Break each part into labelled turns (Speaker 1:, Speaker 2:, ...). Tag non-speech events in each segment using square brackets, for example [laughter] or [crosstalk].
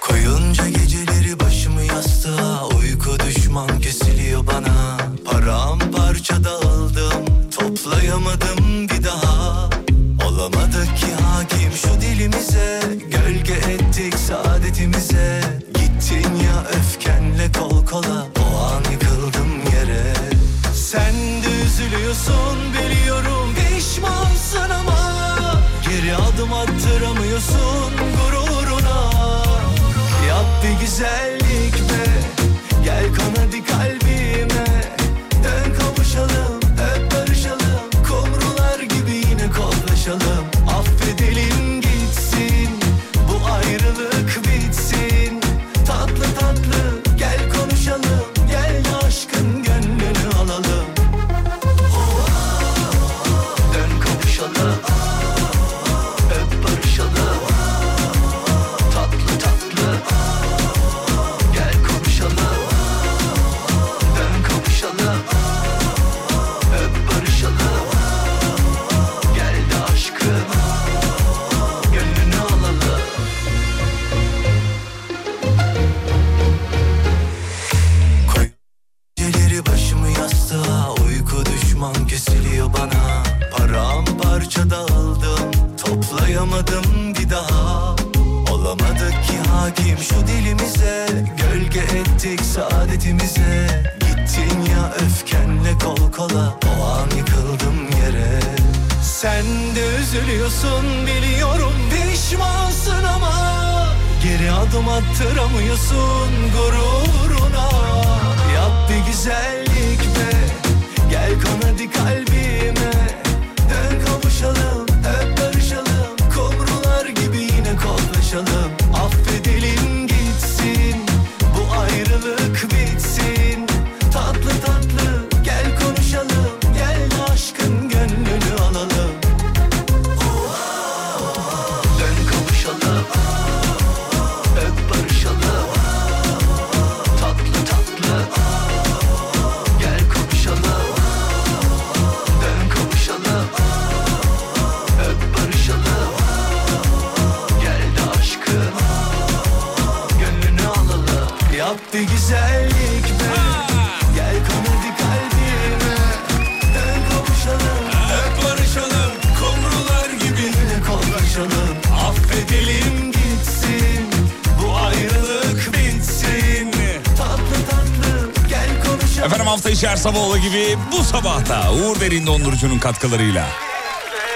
Speaker 1: Koyunca geceleri başımı yastığa Uyku düşman kesiliyor bana Paramparça dağıldım Toplayamadım bir daha Olamadık ki hakim şu dilimize Gölge ettik saadetimize Gittin ya öfkenle kol kola O an yıkıldım yere Sen de üzülüyorsun biliyorum Pişmansın ama Geri adım attıramıyorsun gururuna Yap bir güzellik be Gel kanadı kalbime Dön kavuşalım öp barışalım Kumrular gibi yine kollaşalım Affedelim gitsin Bu ayrılık bitsin Tatlı tatlı gel konuşalım Gel de aşkın gönlünü alalım Oh, Dön kavuşalım Öp barışalım Tatlı tatlı Gel kavuşalım Dön kavuşalım Öp barışalım Gel de aşkım Gönlünü alalım Koy Geceleri başımı yastığa Uyku düşman kesiliyor bana Paramparça dağıldım Toplayamadım bir daha Olamadık ki hakim şu dilimize Gölge ettik saadetimize Gittin ya öfkenle kol kola O an yıkıldım yere Sen de üzülüyorsun biliyorum Pişmansın ama Geri adım attıramıyorsun gururuna Yap bir güzellik be Gel kanadı kalbime Dön kavuşalım öp barışalım Kumrular gibi yine kollaşalım Affedelim gitsin Bu ayrılık bitsin Tatlı tatlı gel konuşalım Gel de aşkın gönlünü alalım Oh, Dön kavuşalım Öp barışalım Tatlı tatlı Gel kavuşalım Dön kavuşalım Öp barışalım Gel de aşkım Gönlünü alalım Yap bir güzellik be Gel kanadı kalbime Dön kavuşalım Öp barışalım Kumrular gibi yine kollaşalım Affedelim gitsin Bu ayrılık bitsin Tatlı tatlı gel konuşalım
Speaker 2: Efendim hafta içi her sabah gibi bu sabahta Uğur Derin Dondurucu'nun katkılarıyla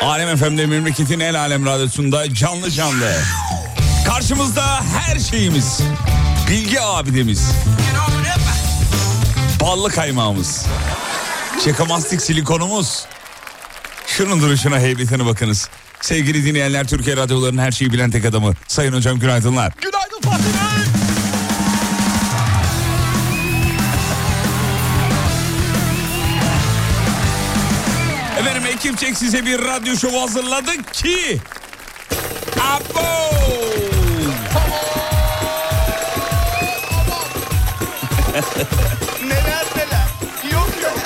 Speaker 2: Alem FM'de memleketin el alem radyosunda canlı canlı. Karşımızda her şeyimiz. Bilgi abidemiz. Ballı kaymağımız. Şakamastik silikonumuz. Şunun duruşuna heybetine bakınız. Sevgili dinleyenler Türkiye radyolarının her şeyi bilen tek adamı. Sayın hocam günaydınlar.
Speaker 1: Günaydın Fatih Bey
Speaker 2: Efendim ekipçek size bir radyo şovu hazırladık ki... Abo!
Speaker 3: Neler neler. Yok yok.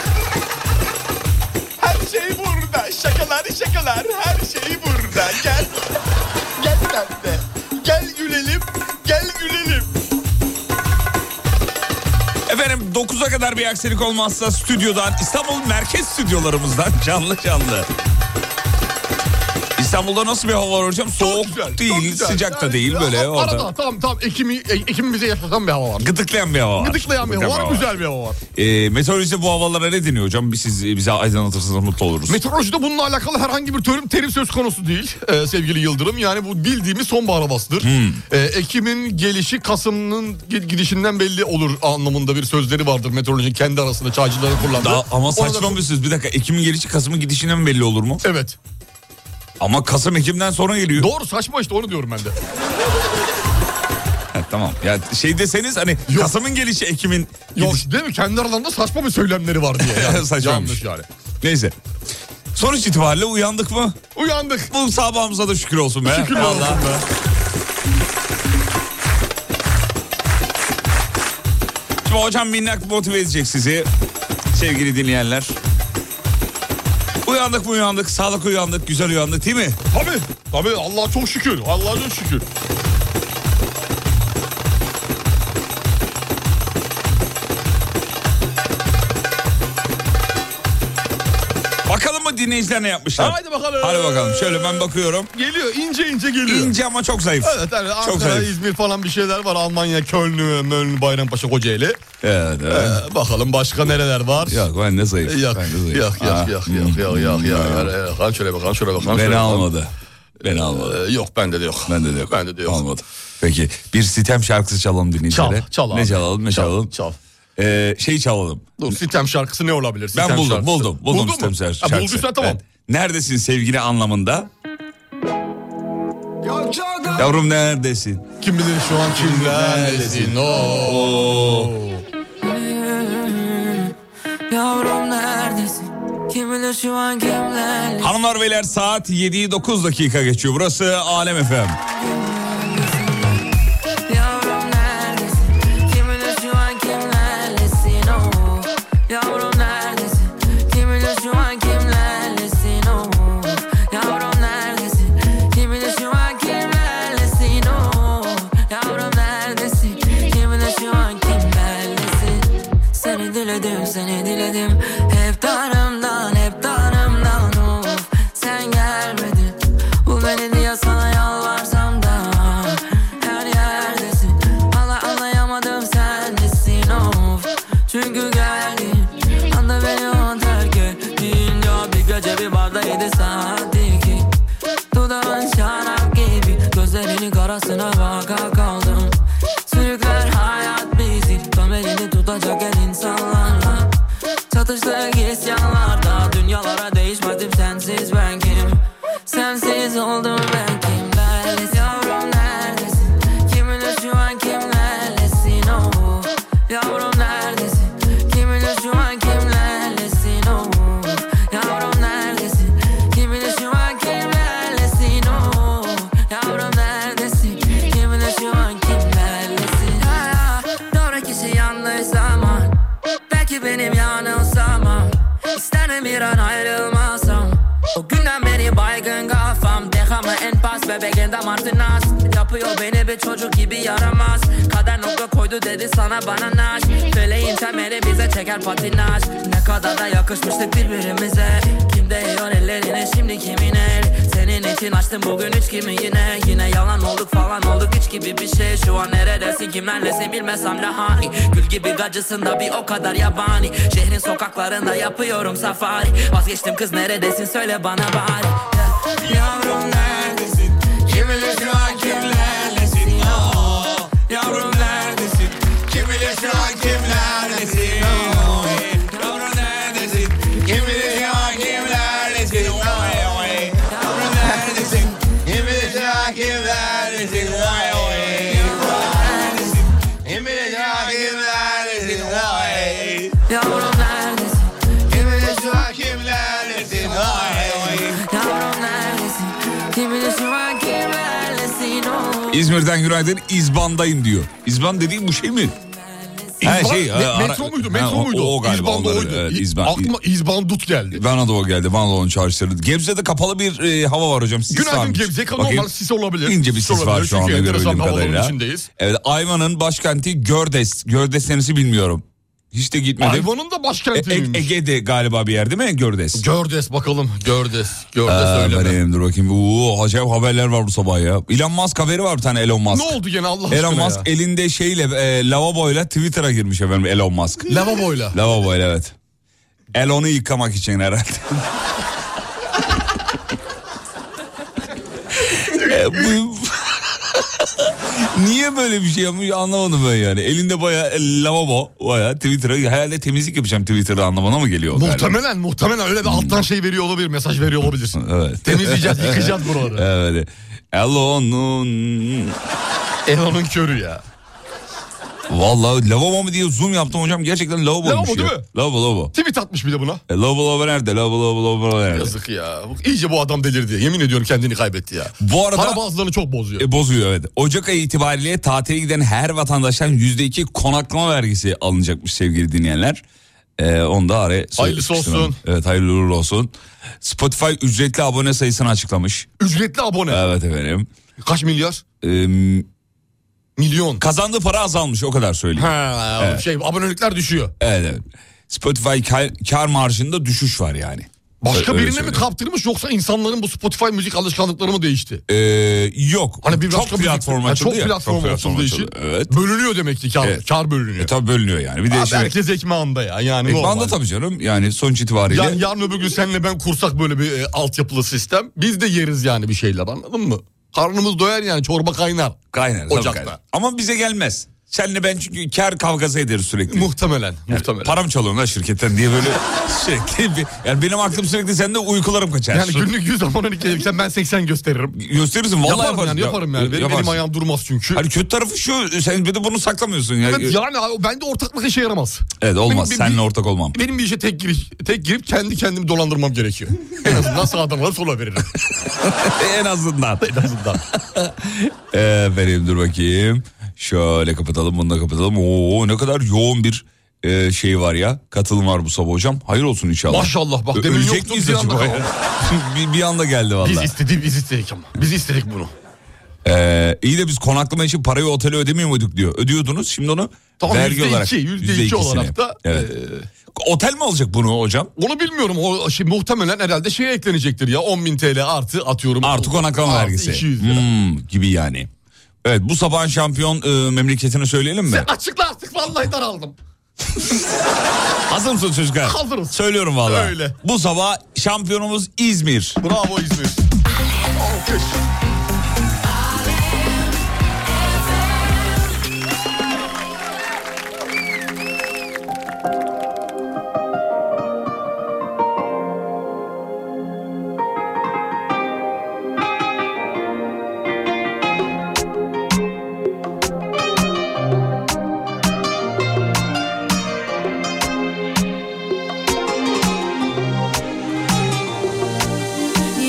Speaker 3: Her şey burada. Şakalar şakalar. Her şey burada. Gel. Gel sen de. Gel gülelim. Gel gülelim.
Speaker 2: Efendim 9'a kadar bir aksilik olmazsa stüdyodan İstanbul merkez stüdyolarımızdan [laughs] canlı canlı. İstanbul'da nasıl bir hava var hocam? Soğuk
Speaker 3: Güzel, çok
Speaker 2: değil,
Speaker 3: güzel.
Speaker 2: sıcak da
Speaker 3: Yani
Speaker 2: değil
Speaker 3: ya,
Speaker 2: böyle
Speaker 3: a-
Speaker 2: orada.
Speaker 3: Arada tamam tamam. Ekimi, e- ekimimize yaşatan bir hava var.
Speaker 2: Gıdıklayan bir hava var.
Speaker 3: Gıdıklayan bir hava var. Güzel bir hava var.
Speaker 2: Ee, meteorolojide bu havalara ne deniyor hocam? Biz siz bize aydınlatırsanız mutlu oluruz.
Speaker 3: Meteorolojide bununla alakalı herhangi bir terim, terim söz konusu değil e, sevgili Yıldırım. Yani bu bildiğimiz sonbahar havasıdır.
Speaker 2: Hmm.
Speaker 3: E, Ekim'in gelişi Kasım'ın gi- gidişinden belli olur anlamında bir sözleri vardır meteorolojinin kendi arasında çağcıların kullandığı.
Speaker 2: Daha, ama
Speaker 3: Ona da-
Speaker 2: saçma bir söz. Bir dakika Ekim'in gelişi Kasım'ın gidişinden belli olur mu?
Speaker 3: Evet.
Speaker 2: Ama Kasım Ekim'den sonra geliyor.
Speaker 3: Doğru saçma işte onu diyorum ben de.
Speaker 2: [laughs] Ha, tamam. Ya şey deseniz hani
Speaker 3: Yok. [laughs]
Speaker 2: Kasım'ın gelişi Ekim'in
Speaker 3: Yok
Speaker 2: gidişi- [laughs]
Speaker 3: değil mi? Kendi aralarında saçma bir söylemleri var diye. Yani.
Speaker 2: Saçmamış.
Speaker 3: Yanlış yani.
Speaker 2: Neyse. Sonuç itibariyle uyandık mı?
Speaker 3: Uyandık.
Speaker 2: Bu sabahımıza da şükür olsun be.
Speaker 3: Şükürler olsun
Speaker 2: Vallahi.
Speaker 3: be.
Speaker 2: Şimdi hocam minnak motive edecek sizi sevgili dinleyenler. Uyandık mı uyandık, sağlık uyandık, güzel uyandık değil mi?
Speaker 3: Tabii. Tabii Allah'a çok şükür. Allah'a çok şükür.
Speaker 2: Bakalım mı dinleyiciler ne yapmışlar?
Speaker 3: Haydi bakalım.
Speaker 2: Hadi bakalım şöyle ben bakıyorum.
Speaker 3: Geliyor ince ince geliyor.
Speaker 2: İnce ama çok zayıf.
Speaker 3: Evet yani
Speaker 2: çok
Speaker 3: Ankara,
Speaker 2: zayıf.
Speaker 3: İzmir falan bir şeyler var. Almanya, Köln, Möln, Bayrampaşa, Kocaeli.
Speaker 2: Evet, evet.
Speaker 3: Ee, bakalım başka nereler var?
Speaker 2: Yok ben de zayıf.
Speaker 3: Yok,
Speaker 2: ben de zayıf. Ah.
Speaker 3: yok, yok,
Speaker 2: Ha.
Speaker 3: yok, yok, yok, yok, yok, yok. Bakalım şöyle bakalım, şöyle bakalım. şöyle
Speaker 2: Beni
Speaker 3: bakalım.
Speaker 2: almadı. Beni almadı.
Speaker 3: Ee, yok, bende de yok.
Speaker 2: Bende de yok.
Speaker 3: Bende de yok.
Speaker 2: Almadı. Peki bir sitem şarkısı çalalım
Speaker 3: Çal,
Speaker 2: dinleyicilere.
Speaker 3: çal abi.
Speaker 2: Ne çalalım ne
Speaker 3: Çal,
Speaker 2: çalalım?
Speaker 3: Çal.
Speaker 2: Ee, şey çalalım.
Speaker 3: Dur, sitem şarkısı ne olabilir? Sitem
Speaker 2: Ben buldum,
Speaker 3: şarkısı.
Speaker 2: buldum buldum
Speaker 3: Buldun mu?
Speaker 2: sitem şar-
Speaker 3: Ha,
Speaker 2: şarkısı.
Speaker 3: Bulduysan tamam.
Speaker 2: Evet. Neredesin sevgili anlamında? Yavrum neredesin?
Speaker 3: Kim bilir şu an kimlerlesin. Oo.
Speaker 4: Yavrum neredesin? Kim bilir şu an kimlerle
Speaker 2: Hanımlar beyler saat 7'yi 9 dakika geçiyor. Burası Alem Efem.
Speaker 4: Yavrum neredesin? Kim bilir şu an kimlerlesin oh. Yavrum neredesin? Kim bilir şu an kimlerlesin oh. Yavrum neredesin? Kim bilir şu an kimlerlesin oh. Yavrum neredesin? Kim bilir şu an kimlerlesin? Seni diledim, seni diledim Hep darımdan, hep darımdan of Sen gelmedin Bu beni diye sana yalvarsam da Her yerdesin Hala anlayamadım sen nesin of Çünkü geldin Anda beni o terk ettin Ya bir gece bir barda yedi saat iki Dudağın şarap gibi Gözlerinin karasına baka kaldım Sürükler hayat bizi Tam elini tutacak el insanlarla Çatıştık isyanlarda Dünyalara değişmedim sensiz ben kimim Sensiz oldum ben kimlerlesin Yavrum neredesin Kiminle şu an kimlerlesin oh Yavrum neredesin Kiminle şu an kimlerlesin oh Yavrum neredesin Kiminle şu an kimlerlesin oh Yavrum neredesin Kiminle şu an kimlerlesin Ya, ya, Doğru kişi yanlış zaman Belki benim yanılsam İsterim bir an ayrılmasam O günden beri baygın kafam Dehamı en pas bebeğin artık nas Yapıyor beni bir çocuk gibi yaramaz Kader nokta koydu dedi sana bana naş Feleğin temeli bize çeker patinaj Ne kadar da yakışmıştık birbirimize Kim değiyor ellerine şimdi kimin el Senin için açtım bugün üç kimi yine Yine yalan olduk falan olduk üç gibi bir şey Şu an neredesin kimlerlesin bilmesem lahani Gül gibi gacısın da bir o kadar yabani Şehrin sokaklarında yapıyorum safari Vazgeçtim kız neredesin söyle bana bari Yavrum neredesin? Kim bilir şu an kimlerlesin? Oh, Yavrum neredesin? Kim bilir şu an kimlerlesin? Oh, Yavrum neredesin? Kim bilir şu an kimlerlesin? Oh, Yavrum neredesin? Kim bilir şu an kimlerlesin? Oh, Yavrum neredesin? Kim bilir şu an kimlerlesin? Oh, Yavrum neredesin? Kim bilir şu an kimlerlesin? Oh, Yavrum neredesin? Kim bilir şu an kimlerlesin Oh. o?
Speaker 2: İzmir'den günaydın İzban'dayım diyor. İzban dediğim bu şey mi? Her
Speaker 3: İzban-
Speaker 2: şey,
Speaker 3: Me-
Speaker 2: e, ara-
Speaker 3: metro muydu?
Speaker 2: Ha,
Speaker 3: Metro
Speaker 2: o-
Speaker 3: muydu?
Speaker 2: o galiba,
Speaker 3: İzban'da
Speaker 2: onları,
Speaker 3: oydu.
Speaker 2: evet,
Speaker 3: İ-
Speaker 2: İzban.
Speaker 3: Aklıma İzbandut geldi.
Speaker 2: Bana da o geldi. Bana da onun çarşıları. Gebze'de kapalı bir e, hava var hocam. Sis
Speaker 3: Günaydın
Speaker 2: varmış.
Speaker 3: Gebze.
Speaker 2: Bakayım.
Speaker 3: Normal sis olabilir.
Speaker 2: İnce bir sis var
Speaker 3: olabilir.
Speaker 2: şu
Speaker 3: Çünkü
Speaker 2: anda
Speaker 3: enteresan
Speaker 2: görebildiğim
Speaker 3: bir havanın
Speaker 2: kadarıyla.
Speaker 3: içindeyiz.
Speaker 2: Evet Ayvan'ın başkenti Gördes. Gördes neresi bilmiyorum. Hiç de gitmedim.
Speaker 3: Hayvanın da
Speaker 2: E- E-
Speaker 3: başkentiymiş.
Speaker 2: Ege'de galiba bir yer değil mi Gördes?
Speaker 3: Gördes bakalım. Gördes. Gördes
Speaker 2: Aa,
Speaker 3: öyle mi?
Speaker 2: benim Ee, dur bakayım. Oo, acayip haberler var bu sabah ya. Elon Musk haberi var bir tane Elon Musk.
Speaker 3: Ne oldu gene Allah aşkına
Speaker 2: Elon Musk
Speaker 3: ya?
Speaker 2: elinde şeyle e, lavaboyla Twitter'a girmiş efendim Elon Musk.
Speaker 3: Lavaboyla.
Speaker 2: lavaboyla evet. Elon'u yıkamak için herhalde. [laughs] E, bu- [laughs] Niye böyle bir şey yapmış anlamadım ben yani. Elinde baya lavabo baya Twitter'a herhalde temizlik yapacağım Twitter'da anlamına mı geliyor? galiba?
Speaker 3: Muhtemelen muhtemelen öyle bir
Speaker 2: Hmm.
Speaker 3: alttan şey veriyor olabilir. Mesaj veriyor olabilir.
Speaker 2: Evet. [laughs]
Speaker 3: Temizleyeceğiz, yıkayacağız buraları.
Speaker 2: Evet. Elon'un
Speaker 3: Elon'un körü ya.
Speaker 2: Vallahi lavabo mu diye zoom yaptım hocam. Gerçekten lavabo
Speaker 3: Lavabo
Speaker 2: olmuş ya.
Speaker 3: değil mi?
Speaker 2: Lavabo lavabo.
Speaker 3: Tweet atmış bir de buna.
Speaker 2: E, lavabo lavabo nerede? Lavabo lavabo lavabo nerede?
Speaker 3: Yazık ya. Bak, İyice bu adam delirdi. Yemin ediyorum kendini kaybetti ya.
Speaker 2: Bu arada-
Speaker 3: Para bazılarını çok bozuyor.
Speaker 2: E, bozuyor evet. Ocak ayı itibariyle tatile giden her vatandaştan yüzde iki konaklama vergisi alınacakmış sevgili dinleyenler. E, onu da araya
Speaker 3: Hayırlısı olsun.
Speaker 2: sıkıştıralım. Evet hayırlı uğurlu olsun. Spotify ücretli abone sayısını açıklamış.
Speaker 3: Ücretli abone.
Speaker 2: Evet efendim.
Speaker 3: Kaç milyar?
Speaker 2: E,
Speaker 3: Milyon.
Speaker 2: kazandığı para azalmış o kadar söyleyeyim.
Speaker 3: Ha, Şey abonelikler düşüyor.
Speaker 2: Evet, evet. Spotify kar, kar marjında düşüş var yani.
Speaker 3: Başka
Speaker 2: Öyle
Speaker 3: birine mi
Speaker 2: söyleyeyim.
Speaker 3: kaptırmış yoksa insanların bu Spotify müzik alışkanlıkları mı değişti?
Speaker 2: E, yok.
Speaker 3: Hani bir
Speaker 2: çok
Speaker 3: başka müzik-
Speaker 2: platform
Speaker 3: Ha,
Speaker 2: açıldı
Speaker 3: çok
Speaker 2: ya.
Speaker 3: platform açıldığı için
Speaker 2: açıldı, Evet.
Speaker 3: bölünüyor demek ki kar,
Speaker 2: Evet.
Speaker 3: kar bölünüyor.
Speaker 2: E, tabii bölünüyor yani. Bir de
Speaker 3: Abi
Speaker 2: şimdi-
Speaker 3: herkes ekmeğinde ya yani
Speaker 2: E,
Speaker 3: normal.
Speaker 2: banda tabii canım yani sonuç itibariyle.
Speaker 3: Ya, yarın öbür gün senle ben kursak böyle bir e, altyapılı sistem biz de yeriz yani bir şeyler anladın mı? Karnımız doyar yani çorba kaynar.
Speaker 2: Kaynar. tabii
Speaker 3: Ocakta.
Speaker 2: kaynar. Ama bize gelmez. Senle ben çünkü kar kavgası ederiz sürekli.
Speaker 3: Muhtemelen muhtemelen.
Speaker 2: Param çalıyor lan şirketten diye böyle [laughs] sürekli. bir- Yani benim aklım sürekli sende uykularım kaçar.
Speaker 3: yani
Speaker 2: Sü-
Speaker 3: günlük 100 abone gelirsen ben 80 gösteririm.
Speaker 2: Gösterirsin vallahi
Speaker 3: yaparım yani yaparım yani. Benim elim
Speaker 2: Yaparsın.
Speaker 3: ayağım durmaz çünkü.
Speaker 2: Hani kötü tarafı şu sen bir de bunu saklamıyorsun. Yani.
Speaker 3: Evet, yani abi, bende ortaklık işe yaramaz.
Speaker 2: Evet olmaz
Speaker 3: Benim-
Speaker 2: seninle ortak olmam.
Speaker 3: Benim bir işe tek giriş, tek girip kendi kendimi dolandırmam gerekiyor. en azından sağdan var sola veririm.
Speaker 2: [laughs] en azından.
Speaker 3: en azından.
Speaker 2: Efendim dur bakayım. Şöyle kapatalım bunu da kapatalım. Oo ne kadar yoğun bir e, şey var ya. Katılım var bu sabah hocam. Hayır olsun inşallah.
Speaker 3: Maşallah bak
Speaker 2: Ö-
Speaker 3: demin
Speaker 2: Ölecek
Speaker 3: yoktu
Speaker 2: miyiz
Speaker 3: bir anda.
Speaker 2: acaba ya? [laughs] bir, bir anda geldi valla.
Speaker 3: Biz istedik, biz istedik ama. Biz istedik bunu.
Speaker 2: Ee, iyi de biz konaklama için parayı otele ödemiyor muyduk diyor. Ödüyordunuz şimdi onu
Speaker 3: Tamam,
Speaker 2: vergi
Speaker 3: yüzde
Speaker 2: olarak.
Speaker 3: iki, yüzde
Speaker 2: yüzde
Speaker 3: iki
Speaker 2: ikisini.
Speaker 3: olarak da, e,
Speaker 2: Evet. Otel mi olacak bunu hocam?
Speaker 3: Onu bilmiyorum. O şey, muhtemelen herhalde şeye eklenecektir ya. 10.000 TL artı atıyorum.
Speaker 2: Artı konaklama
Speaker 3: Artı
Speaker 2: vergisi.
Speaker 3: 200 lira.
Speaker 2: Hmm, gibi yani. Evet bu sabahın şampiyon e, memleketini söyleyelim mi?
Speaker 3: Sen açıkla artık vallahi daraldım.
Speaker 2: Hazır mısın çocuklar?
Speaker 3: Hazırız.
Speaker 2: Söylüyorum valla.
Speaker 3: Öyle.
Speaker 2: Bu sabah şampiyonumuz İzmir.
Speaker 3: Bravo İzmir. Alkış.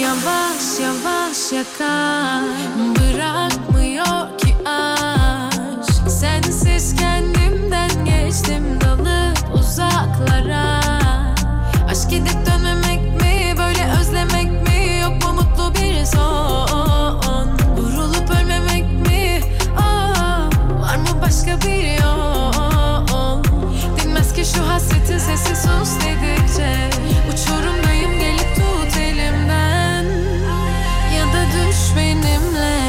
Speaker 5: Yavaş yavaş yakar Bırakmıyor ki aşk Sensiz kendimden geçtim dalıp uzaklara Aşk gidip dönmemek mi böyle özlemek mi Yok mu mutlu bir son Vurulup ölmemek mi Ah, Var mı başka bir yol Dinmez ki şu hasretin sesi sus dedikçe Uçurumdayım gelip tut elimden Ya da düş benimle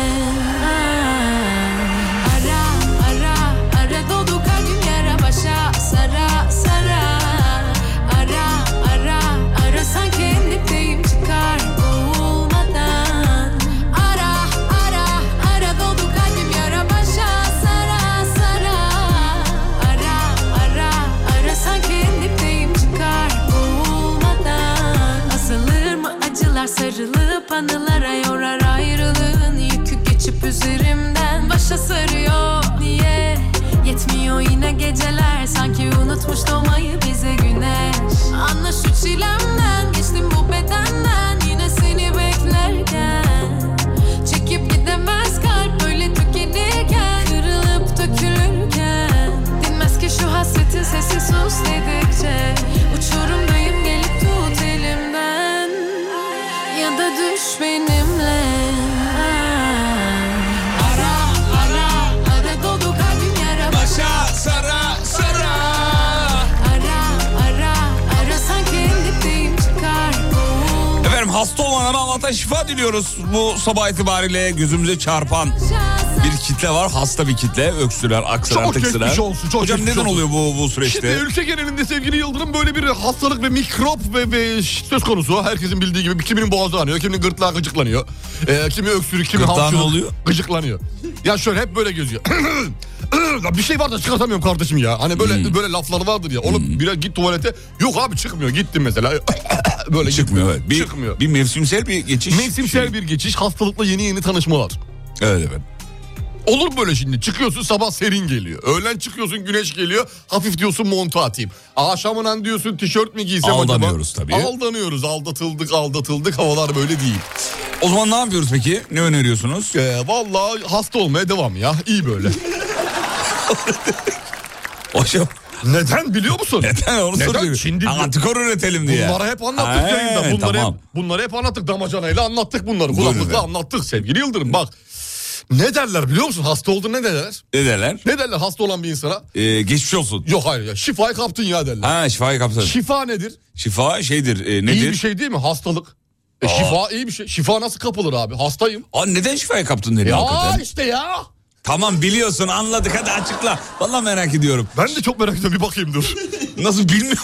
Speaker 5: Ara ara ara dolu kalbim yara başa Sara sara Ara ara ara sanki endipteyim çıkar boğulmadan Ara ara ara dolu kalbim yara başa Sara sara Ara ara ara sanki dipteyim çıkar boğulmadan Azalır mı acılar sarılıp anılara yorar ayrılığın Yükü geçip üzerimden başa sarıyor Niye yetmiyor yine geceler sanki unutmuş doğmayı bize güneş Anla şu çilemden geçtim bu bedenden yine seni beklerken Çekip gidemez kalp böyle tükenirken Kırılıp dökülürken Dinmez ki şu hasretin sesi sus dedikçe Uçurumdayım gelip tut elimden Ya da düş benimle Ara ara ara dolu kalbim yara
Speaker 2: Başa sara sara.
Speaker 5: Ara ara ara sanki dipteyim çıkar boğul
Speaker 2: Efendim hasta olanlara Allah'tan şifa diliyoruz. Bu sabah itibariyle gözümüze çarpan bir kitle var. Hasta bir kitle. Öksürer, aksırar,
Speaker 3: Çok
Speaker 2: tıksırar.
Speaker 3: geçmiş olsun, çok
Speaker 2: Hocam
Speaker 3: geçmiş
Speaker 2: neden
Speaker 3: olsun.
Speaker 2: oluyor bu, bu süreçte?
Speaker 3: Şimdi ülke genelinde sevgili Yıldırım böyle bir hastalık ve mikrop ve, ve ş- söz konusu. Herkesin bildiği gibi kiminin boğazı yanıyor, kiminin gırtlağı gıcıklanıyor. Ee, kimi öksürük, kimi
Speaker 2: Gırtlağı ne
Speaker 3: hapşırık
Speaker 2: oluyor?
Speaker 3: gıcıklanıyor. Ya şöyle hep böyle gözüyor. [clears throat] Ya bir şey var da çıkartamıyorum kardeşim ya. Hani böyle
Speaker 2: Hmm.
Speaker 3: böyle laflar vardır ya. Oğlum biraz git tuvalete. Yok abi çıkmıyor. Gittim mesela. [clears throat] böyle
Speaker 2: Çıkmıyor evet. Bir,
Speaker 3: Çıkmıyor.
Speaker 2: bir mevsimsel bir geçiş.
Speaker 3: Mevsimsel bir geçiş, hastalıkla yeni yeni tanışmalar.
Speaker 2: Evet evet.
Speaker 3: Olur böyle şimdi çıkıyorsun sabah serin geliyor. Öğlen çıkıyorsun güneş geliyor. Hafif diyorsun montu atayım. Akşamından diyorsun tişört mü giysem acaba?
Speaker 2: Aldanıyoruz tabii.
Speaker 3: Aldanıyoruz aldatıldık aldatıldık havalar böyle değil.
Speaker 2: O zaman ne yapıyoruz peki? Ne öneriyorsunuz?
Speaker 3: Ee, vallahi hasta olmaya devam ya iyi böyle.
Speaker 2: [laughs] Hocam
Speaker 3: Neden biliyor musun?
Speaker 2: neden onu
Speaker 3: Neden?
Speaker 2: soruyor?
Speaker 3: Şimdi
Speaker 2: Antikor üretelim diye.
Speaker 3: Bunları hep anlattık
Speaker 2: He,
Speaker 3: yayında. Bunları,
Speaker 2: tamam.
Speaker 3: hep, bunları hep anlattık. Damacanayla anlattık bunları.
Speaker 2: Buyurun
Speaker 3: Kulaklıkla
Speaker 2: efendim.
Speaker 3: anlattık sevgili Yıldırım. Bak ne derler biliyor musun? Hasta oldun ne derler?
Speaker 2: Ne derler?
Speaker 3: Ne derler hasta olan bir insana?
Speaker 2: Ee, geçmiş olsun.
Speaker 3: Yok hayır ya şifayı kaptın ya derler.
Speaker 2: Ha şifayı kapsar.
Speaker 3: Şifa nedir?
Speaker 2: Şifa şeydir e,
Speaker 3: İyi bir
Speaker 2: nedir?
Speaker 3: şey değil mi? Hastalık. E, şifa iyi bir şey. Şifa nasıl kapılır abi? Hastayım.
Speaker 2: Aa, neden şifayı kaptın dedin
Speaker 3: Ya
Speaker 2: hakikaten?
Speaker 3: işte ya.
Speaker 2: Tamam biliyorsun anladık hadi açıkla. Vallahi merak ediyorum.
Speaker 3: Ben de çok merak ediyorum bir bakayım dur.
Speaker 2: Nasıl bilmiyorum.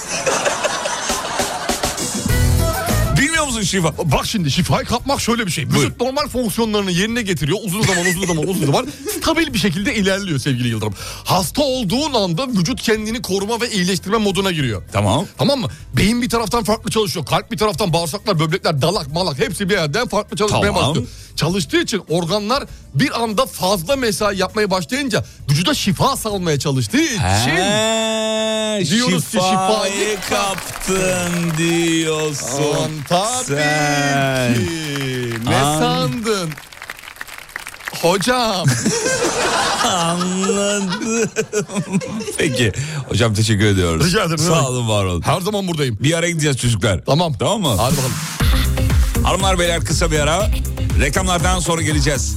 Speaker 2: Bilmiyor musun şifa?
Speaker 3: Bak şimdi şifayı kapmak şöyle bir şey. Vücut
Speaker 2: Buyurun.
Speaker 3: normal fonksiyonlarını yerine getiriyor. Uzun zaman uzun zaman uzun zaman stabil bir şekilde ilerliyor sevgili Yıldırım. Hasta olduğun anda vücut kendini koruma ve iyileştirme moduna giriyor.
Speaker 2: Tamam.
Speaker 3: Tamam mı? Beyin bir taraftan farklı çalışıyor. Kalp bir taraftan bağırsaklar, böbrekler, dalak, malak hepsi bir yerden farklı çalışmaya
Speaker 2: Tamam.
Speaker 3: başlıyor. Çalıştığı için organlar bir anda fazla mesai yapmaya başlayınca vücuda şifa salmaya çalıştığı için
Speaker 2: He,
Speaker 3: diyoruz ki şifayı
Speaker 2: şifayı kaptın diyorsun.
Speaker 3: Son tabii
Speaker 2: sen.
Speaker 3: ki. Ne
Speaker 2: An-
Speaker 3: sandın? Hocam.
Speaker 2: [laughs] Anladım. Peki. Hocam teşekkür ediyoruz.
Speaker 3: Rica ederim.
Speaker 2: Sağ olun var olun.
Speaker 3: Her zaman buradayım.
Speaker 2: Bir ara gideceğiz çocuklar.
Speaker 3: Tamam.
Speaker 2: Tamam mı?
Speaker 3: Hadi bakalım.
Speaker 2: Hanımlar beyler kısa bir ara. Reklamlardan sonra geleceğiz.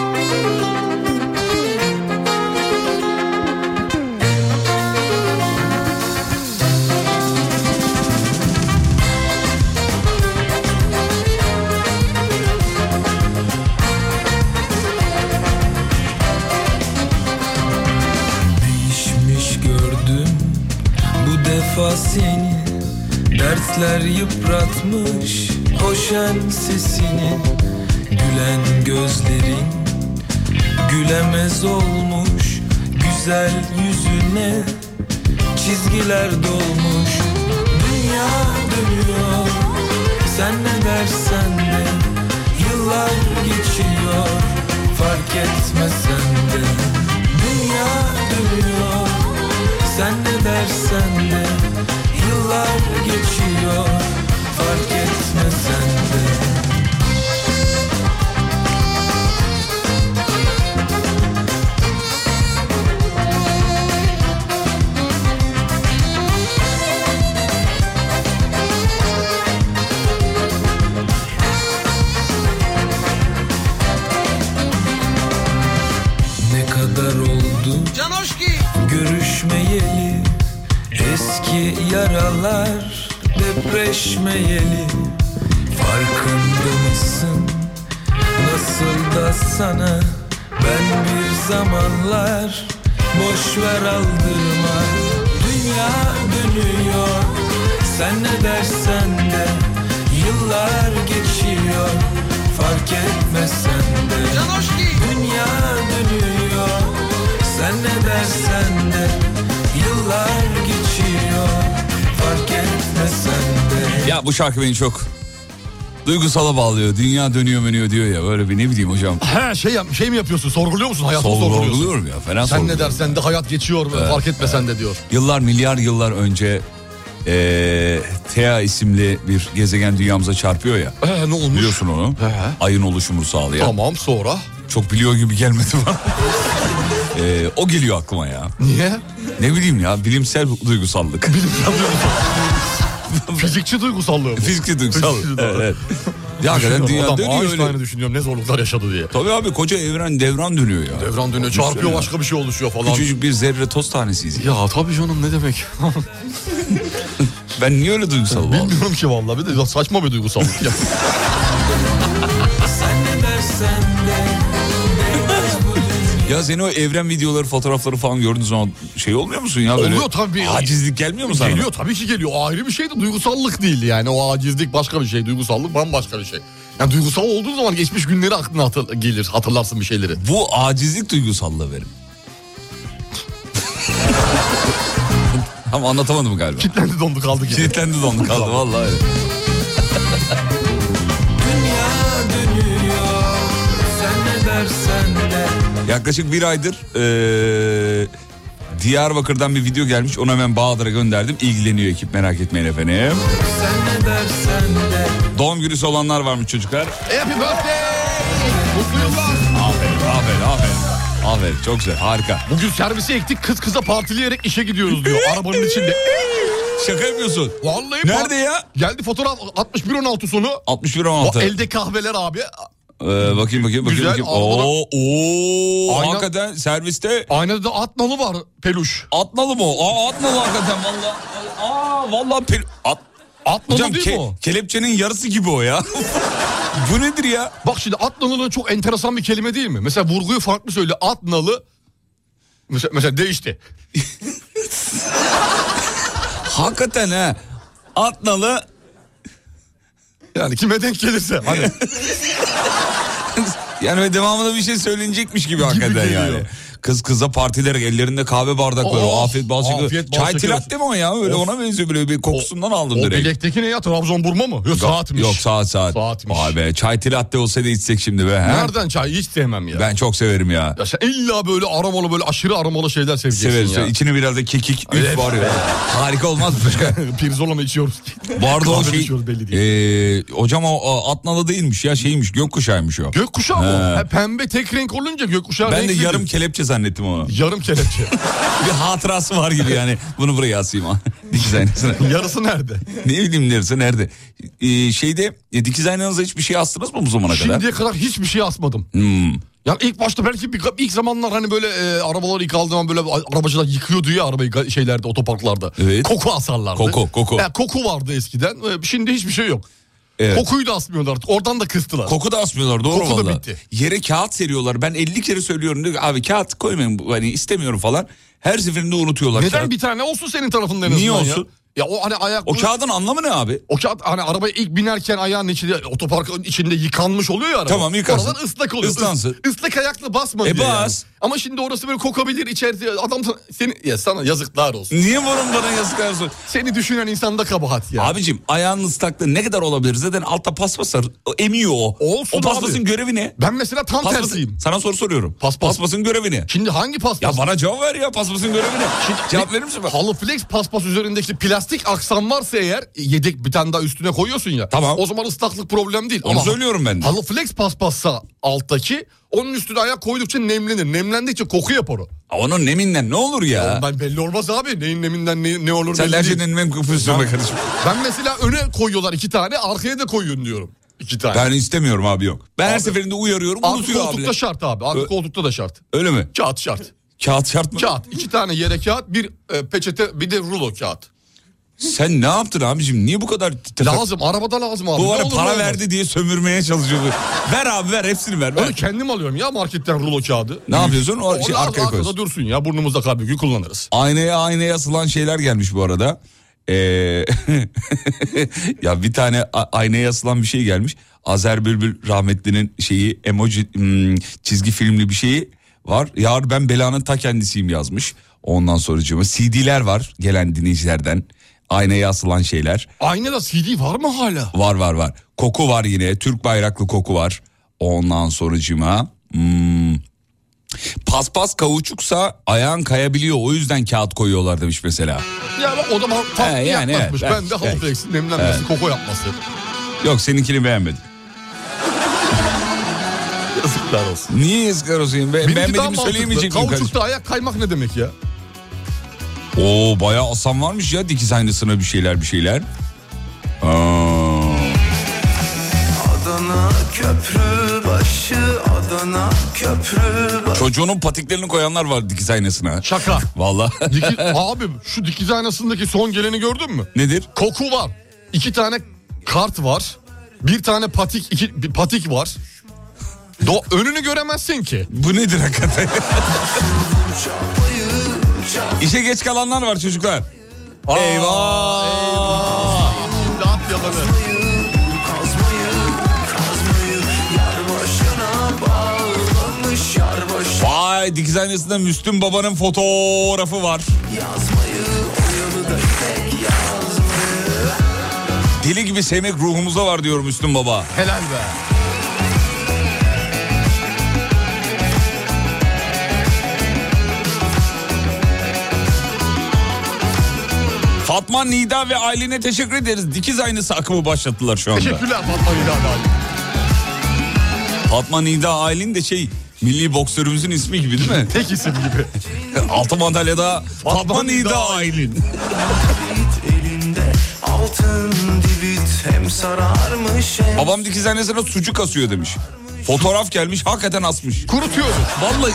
Speaker 6: Değişmiş gördüm bu defa seni Dertler yıpratmış hoşen sesini Gülen gözlerin gülemez olmuş Güzel yüzüne çizgiler dolmuş Dünya dönüyor sen ne dersen de Yıllar geçiyor fark etmesen de Dünya dönüyor sen ne dersen de Yıllar geçiyor fark etmesen de Ne kadar oldu Görüşmeyeli Eski yaralar Depreşmeyeli Farkında mısın Nasıl da sana Ben bir zamanlar Boş ver aldırma Dünya dönüyor Sen ne dersen de Yıllar geçiyor Fark etmesen de Dünya dönüyor Sen ne dersen de Yıllar geçiyor Fark etmesen de
Speaker 2: Ya bu şarkı beni çok duygusala bağlıyor. Dünya dönüyor menüyor diyor ya. Böyle bir ne bileyim hocam.
Speaker 3: He şey, yap- şey mi yapıyorsun? Sorguluyor musun? Hayatını sorguluyorsun.
Speaker 2: Sorguluyorum ya. Fena
Speaker 3: Sen ne
Speaker 2: sorguluyorum.
Speaker 3: dersen de hayat geçiyor fark etmesen de
Speaker 2: [laughs]
Speaker 3: diyor.
Speaker 2: Yıllar milyar yıllar önce eee Thea isimli bir gezegen dünyamıza çarpıyor ya.
Speaker 3: Ee, ne olmuş?
Speaker 2: Biliyorsun onu. Ayın oluşumunu sağlayan.
Speaker 3: Tamam sonra.
Speaker 2: Çok biliyor gibi gelmedi bana. [laughs] Eee, o geliyor aklıma ya.
Speaker 3: Niye?
Speaker 2: Ne bileyim ya bilimsel duygusallık. [laughs]
Speaker 3: Fizikçi duygusallığı bu.
Speaker 2: Fizikli duygusal.
Speaker 3: Fizikçi
Speaker 2: Evet,
Speaker 3: duygusallığı.
Speaker 2: evet. Ya hakikaten
Speaker 3: Düşünüyorum,
Speaker 2: dünya
Speaker 3: adam
Speaker 2: dönüyor
Speaker 3: Einstein'ı
Speaker 2: öyle.
Speaker 3: düşünüyorum ne zorluklar yaşadı diye.
Speaker 2: Tabii abi koca evren devran dönüyor ya.
Speaker 3: Evren dönüyor
Speaker 2: Düşünsene
Speaker 3: çarpıyor
Speaker 2: ya.
Speaker 3: başka bir şey oluşuyor falan.
Speaker 2: Küçücük bir zerre toz tanesiyiz. ya.
Speaker 3: Ya tabii canım ne demek.
Speaker 2: [laughs] Ben niye öyle duygusal oldum?
Speaker 3: Bilmiyorum ki vallahi bir de saçma bir duygusallık.
Speaker 2: [laughs]
Speaker 3: ya.
Speaker 6: Sen ne dersen de Değmez bu dünya
Speaker 2: Ya senin o evren videoları, fotoğrafları falan gördüğün zaman şey olmuyor musun ya? Böyle
Speaker 3: Oluyor tabii.
Speaker 2: Acizlik gelmiyor mu sana?
Speaker 3: Geliyor tabii ki geliyor. O ayrı bir şey de duygusallık değil yani. O acizlik başka bir şey. Duygusallık bambaşka bir şey. Yani duygusal olduğun zaman geçmiş günleri aklına hatır- gelir. Hatırlarsın bir şeyleri.
Speaker 2: [laughs] Bu acizlik duygusallığı benim. Tam anlatamadım galiba.
Speaker 3: Kitlendi dondu kaldı gibi.
Speaker 2: Kilitlendi dondu kaldı vallahi.
Speaker 6: Dünya dönüyor Sen ne dersen de
Speaker 2: Yaklaşık bir aydır eee, Diyarbakır'dan bir video gelmiş. Onu hemen Bahadır'a gönderdim. İlgileniyor ekip merak etmeyin efendim.
Speaker 6: Sen ne dersen de
Speaker 2: Doğum günüsü olanlar varmış çocuklar.
Speaker 3: Happy birthday. Mutlu yıllar.
Speaker 2: Aferin, aferin, aferin. Aferin, çok güzel, harika.
Speaker 3: Bugün servise ektik kız kıza partileyerek işe gidiyoruz diyor arabanın içinde.
Speaker 2: [laughs] Şaka yapıyorsun.
Speaker 3: Vallahi
Speaker 2: Nerede
Speaker 3: par-
Speaker 2: ya?
Speaker 3: Geldi fotoğraf 61-16 sonu.
Speaker 2: 61
Speaker 3: O
Speaker 2: 16.
Speaker 3: elde kahveler abi.
Speaker 2: Ee, bakayım bakayım bakayım.
Speaker 3: Güzel,
Speaker 2: bakayım.
Speaker 3: arabada-
Speaker 2: Oo, oo.
Speaker 3: Aynen.
Speaker 2: Hakikaten serviste
Speaker 3: Aynada da at nalı var peluş.
Speaker 2: atmalı mı o? Aa atmalı hakikaten valla. Aa valla pil... At...
Speaker 3: At nalı
Speaker 2: Hocam
Speaker 3: değil
Speaker 2: ke-
Speaker 3: mi o?
Speaker 2: kelepçenin yarısı gibi
Speaker 3: [laughs]
Speaker 2: o ya. Bu nedir ya?
Speaker 3: Bak şimdi at nalı çok enteresan bir kelime değil mi? Mesela vurguyu farklı söyle. At nalı mesela, mesela değişti.
Speaker 2: [laughs] Hakikaten ha. Atnalı
Speaker 3: Yani kime denk gelirse. Hani
Speaker 2: yani ve devamında bir şey söylenecekmiş gibi hakikaten
Speaker 3: geliyor.
Speaker 2: yani. Kız kıza partiler ellerinde kahve bardakları,
Speaker 3: Oh,
Speaker 2: afiyet bal şekeri.
Speaker 3: afiyet bal
Speaker 2: Çay
Speaker 3: şekeri.
Speaker 2: tilat değil mi o ya? Öyle
Speaker 3: Of.
Speaker 2: ona benziyor böyle bir kokusundan aldım
Speaker 3: o
Speaker 2: direkt.
Speaker 3: bilekteki ne ya? Trabzon burma mı? Yok saatmiş.
Speaker 2: Yok saat saat.
Speaker 3: Saatmiş.
Speaker 2: Vay be çay tilatte olsaydı içsek şimdi be. he?
Speaker 3: Nereden çay? Hiç sevmem ya.
Speaker 2: Ben çok severim ya.
Speaker 3: Ya sen illa böyle aromalı böyle aşırı aromalı şeyler seveceksin
Speaker 2: Severiz.
Speaker 3: ya.
Speaker 2: İçine biraz da kekik üf
Speaker 3: Evet. [laughs]
Speaker 2: var ya. Harika olmaz mı?
Speaker 3: Pirzola mı içiyoruz?
Speaker 2: Bu arada o
Speaker 3: Kahve
Speaker 2: şey...
Speaker 3: içiyoruz belli değil.
Speaker 2: Ee, hocam o, o Atnalı değilmiş ya şeymiş gökkuşağıymış o.
Speaker 3: Gökkuşağı mı?
Speaker 2: He.
Speaker 3: Ha, pembe tek renk olunca gökkuşağı
Speaker 2: ben de
Speaker 3: renkli-
Speaker 2: yarım kelepçe zannettim onu.
Speaker 3: Yarım kelepçe.
Speaker 2: [laughs] bir hatırası var gibi yani. Bunu buraya asayım [laughs] ha. Dikiz aynasına.
Speaker 3: [laughs] Yarısı nerede?
Speaker 2: ne bileyim neresi nerede? Ee, şeyde e, dikiz aynanıza hiçbir şey astınız mı bu zamana kadar?
Speaker 3: Şimdiye kadar hiçbir şey asmadım.
Speaker 2: Hmm.
Speaker 3: Yani ilk başta belki bir, ilk zamanlar hani böyle e, arabaları yıkaldığı zaman böyle a- arabacılar yıkıyordu ya arabayı ga- şeylerde otoparklarda.
Speaker 2: Evet.
Speaker 3: Koku asarlardı.
Speaker 2: Koku, koku.
Speaker 3: E, koku vardı eskiden. E, şimdi hiçbir şey yok.
Speaker 2: Evet.
Speaker 3: Kokuyu da asmıyorlar artık. Oradan da kıstılar.
Speaker 2: Koku da asmıyorlar doğru
Speaker 3: Koku da
Speaker 2: vallahi.
Speaker 3: bitti.
Speaker 2: Yere kağıt seriyorlar. Ben 50 kere söylüyorum diyor ki, abi kağıt koymayın bu- hani istemiyorum falan. Her seferinde unutuyorlar.
Speaker 3: Neden
Speaker 2: kağıt.
Speaker 3: bir tane olsun senin tarafından en
Speaker 2: Niye
Speaker 3: azından
Speaker 2: olsun?
Speaker 3: Ya. ya o hani ayak
Speaker 2: O kağıdın anlamı ne abi?
Speaker 3: O kağıt hani arabaya ilk binerken ayağın içinde otoparkın içinde yıkanmış oluyor ya araba.
Speaker 2: Tamam, yıkansın.
Speaker 3: Oradan ıslak oluyor.
Speaker 2: Islansın.
Speaker 3: Is- Islak ayakla basma
Speaker 2: E,
Speaker 3: diye
Speaker 2: bas.
Speaker 3: yani. Ama şimdi orası böyle kokabilir içeride adam sa- seni ya sana yazıklar olsun.
Speaker 2: Niye bunun bana yazıklar olsun?
Speaker 3: Seni düşünen insanda kabahat ya.
Speaker 2: Abicim ayağının ıslaklığı ne kadar olabilir? Zaten altta paspas var. O Emiyor o.
Speaker 3: Olsun
Speaker 2: o paspasın
Speaker 3: abi.
Speaker 2: görevi ne?
Speaker 3: ben mesela tam
Speaker 2: Paspas-
Speaker 3: tersiyim.
Speaker 2: sana soru soruyorum.
Speaker 3: Paspas.
Speaker 2: Paspasın görevi ne?
Speaker 3: Şimdi hangi paspas?
Speaker 2: Ya bana cevap ver ya paspasın görevi ne? cevap verir misin? bana?
Speaker 3: Halı flex paspas üzerindeki plastik aksam varsa eğer yedek bir tane daha üstüne koyuyorsun ya.
Speaker 2: Tamam.
Speaker 3: O zaman ıslaklık problem değil.
Speaker 2: Onu söylüyorum ben de.
Speaker 3: Halı flex paspassa alttaki onun üstüne ayak koydukça nemlenir. Nemlendikçe koku yapar o.
Speaker 2: Onun neminden ne olur ya?
Speaker 3: Oğlum Ben belli olmaz abi. Neyin neminden ne, ne olur
Speaker 2: Sen
Speaker 3: belli
Speaker 2: her
Speaker 3: değil.
Speaker 2: şeyin enmem kıpırsına kardeşim.
Speaker 3: Ben mesela öne koyuyorlar iki tane arkaya da koyun diyorum. İki tane.
Speaker 2: Ben istemiyorum abi yok. Ben her
Speaker 3: Abi-
Speaker 2: seferinde uyarıyorum
Speaker 3: Arka
Speaker 2: unutuyor
Speaker 3: koltukta
Speaker 2: abi.
Speaker 3: şart abi. Arka
Speaker 2: Ö-
Speaker 3: koltukta da şart.
Speaker 2: Öyle mi?
Speaker 3: Kağıt şart.
Speaker 2: Kağıt şart mı?
Speaker 3: Kağıt. iki tane yere kağıt. Bir e, peçete bir de rulo kağıt.
Speaker 2: Sen ne yaptın abicim? Niye bu kadar... te-
Speaker 3: Lazım. Arabada lazım abi.
Speaker 2: Bu
Speaker 3: Ne
Speaker 2: ara
Speaker 3: olur
Speaker 2: para
Speaker 3: ne olmaz.
Speaker 2: verdi diye sömürmeye çalışıyor. bu. ver abi ver hepsini ver. ver.
Speaker 3: Onu kendim alıyorum ya marketten rulo kağıdı.
Speaker 2: Ne yapıyorsun? O şey,
Speaker 3: lazım,
Speaker 2: arkaya koyuyorsun.
Speaker 3: arkada dursun ya. Burnumuzda kalbükü kullanırız.
Speaker 2: Aynaya aynaya asılan şeyler gelmiş bu arada. Ee, [laughs] ya bir tane a- aynaya asılan bir şey gelmiş. Azer Bülbül rahmetlinin şeyi emoji hmm, çizgi filmli bir şeyi var. Yar ben belanın ta kendisiyim yazmış. Ondan sonra CD'ler var gelen dinleyicilerden. Aynaya asılan şeyler.
Speaker 3: Aynada CD var mı hala?
Speaker 2: Var var var. Koku var yine. Türk bayraklı koku var. Ondan sonracıma. Hmm. Paspas kavuçuksa ayağın kayabiliyor. O yüzden kağıt koyuyorlar demiş mesela.
Speaker 3: Ya bak o da ma- farklı
Speaker 2: He, yani,
Speaker 3: yaklaşmış.
Speaker 2: evet,
Speaker 3: ben de
Speaker 2: evet,
Speaker 3: halı
Speaker 2: evet.
Speaker 3: flex'in nemlenmesi, koku yapması.
Speaker 2: Yok seninkini beğenmedim.
Speaker 3: [laughs] Yazıklar olsun.
Speaker 2: Niye yazıklar olsun? Be
Speaker 3: Benimki daha
Speaker 2: beğenmediğimi
Speaker 3: mantıklı.
Speaker 2: şey söyleyemeyecek miyim kardeşim?
Speaker 3: Kauçukta ayak kaymak ne demek ya?
Speaker 2: Oo bayağı asan varmış ya dikiz aynasına bir şeyler bir şeyler. Aa.
Speaker 1: Adana köprü başı Adana köprü başı
Speaker 2: Çocuğunun patiklerini koyanlar var dikiz aynasına.
Speaker 3: Şaka.
Speaker 2: Vallahi
Speaker 3: Diki, abi şu dikiz aynasındaki son geleni gördün mü?
Speaker 2: Nedir?
Speaker 3: Koku var. İki tane kart var. Bir tane patik, iki bir patik var. Do- önünü göremezsin ki.
Speaker 2: Bu
Speaker 3: [laughs]
Speaker 2: nedir hakikaten? [laughs] İşe geç kalanlar var çocuklar. eyvah.
Speaker 3: Laf yalanı.
Speaker 2: Vay dikiz aynasında Müslüm Baba'nın fotoğrafı var. Deli gibi sevmek ruhumuzda var diyor Müslüm Baba.
Speaker 3: Helal be.
Speaker 2: Fatma, Nida ve ailene teşekkür ederiz. Dikiz aynısı akımı başlattılar şu anda.
Speaker 3: Teşekkürler Fatma Hilal abi.
Speaker 2: Fatma, Nida, Aylin de şey milli boksörümüzün ismi gibi değil mi?
Speaker 3: [laughs] Tek isim gibi.
Speaker 2: [laughs] Altı madalyada Fatma, Nida, Aylin.
Speaker 1: Elinde altın divit hem sararmış hem
Speaker 2: Babam dikizhanesine sucuk asıyor demiş. Fotoğraf gelmiş hakikaten asmış.
Speaker 3: Kurutuyordur.
Speaker 2: Vallahi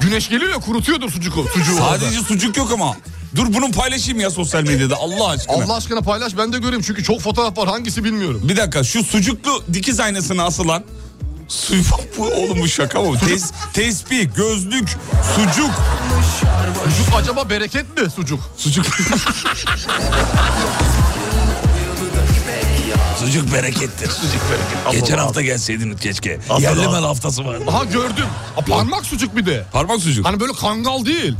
Speaker 3: Güneş geliyor ya kurutuyordur sucuk o. Sucuğu orada.
Speaker 2: sadece sucuk yok ama. Dur bunu paylaşayım ya sosyal medyada Allah aşkına.
Speaker 3: Allah aşkına paylaş ben de göreyim çünkü çok fotoğraf var hangisi bilmiyorum.
Speaker 2: Bir dakika şu sucuklu dikiz aynasına asılan su [laughs] bu oğlum bu şaka mı?
Speaker 3: [laughs]
Speaker 2: Tes, tespih, gözlük, sucuk.
Speaker 3: Sucuk acaba bereket mi sucuk?
Speaker 2: Sucuk. sucuk berekettir. Geçen hafta gelseydiniz keşke. Yerli mel haftası vardı.
Speaker 3: [laughs] Aha gördüm. Ha, parmak sucuk bir de.
Speaker 2: Parmak sucuk.
Speaker 3: Hani böyle kangal değil.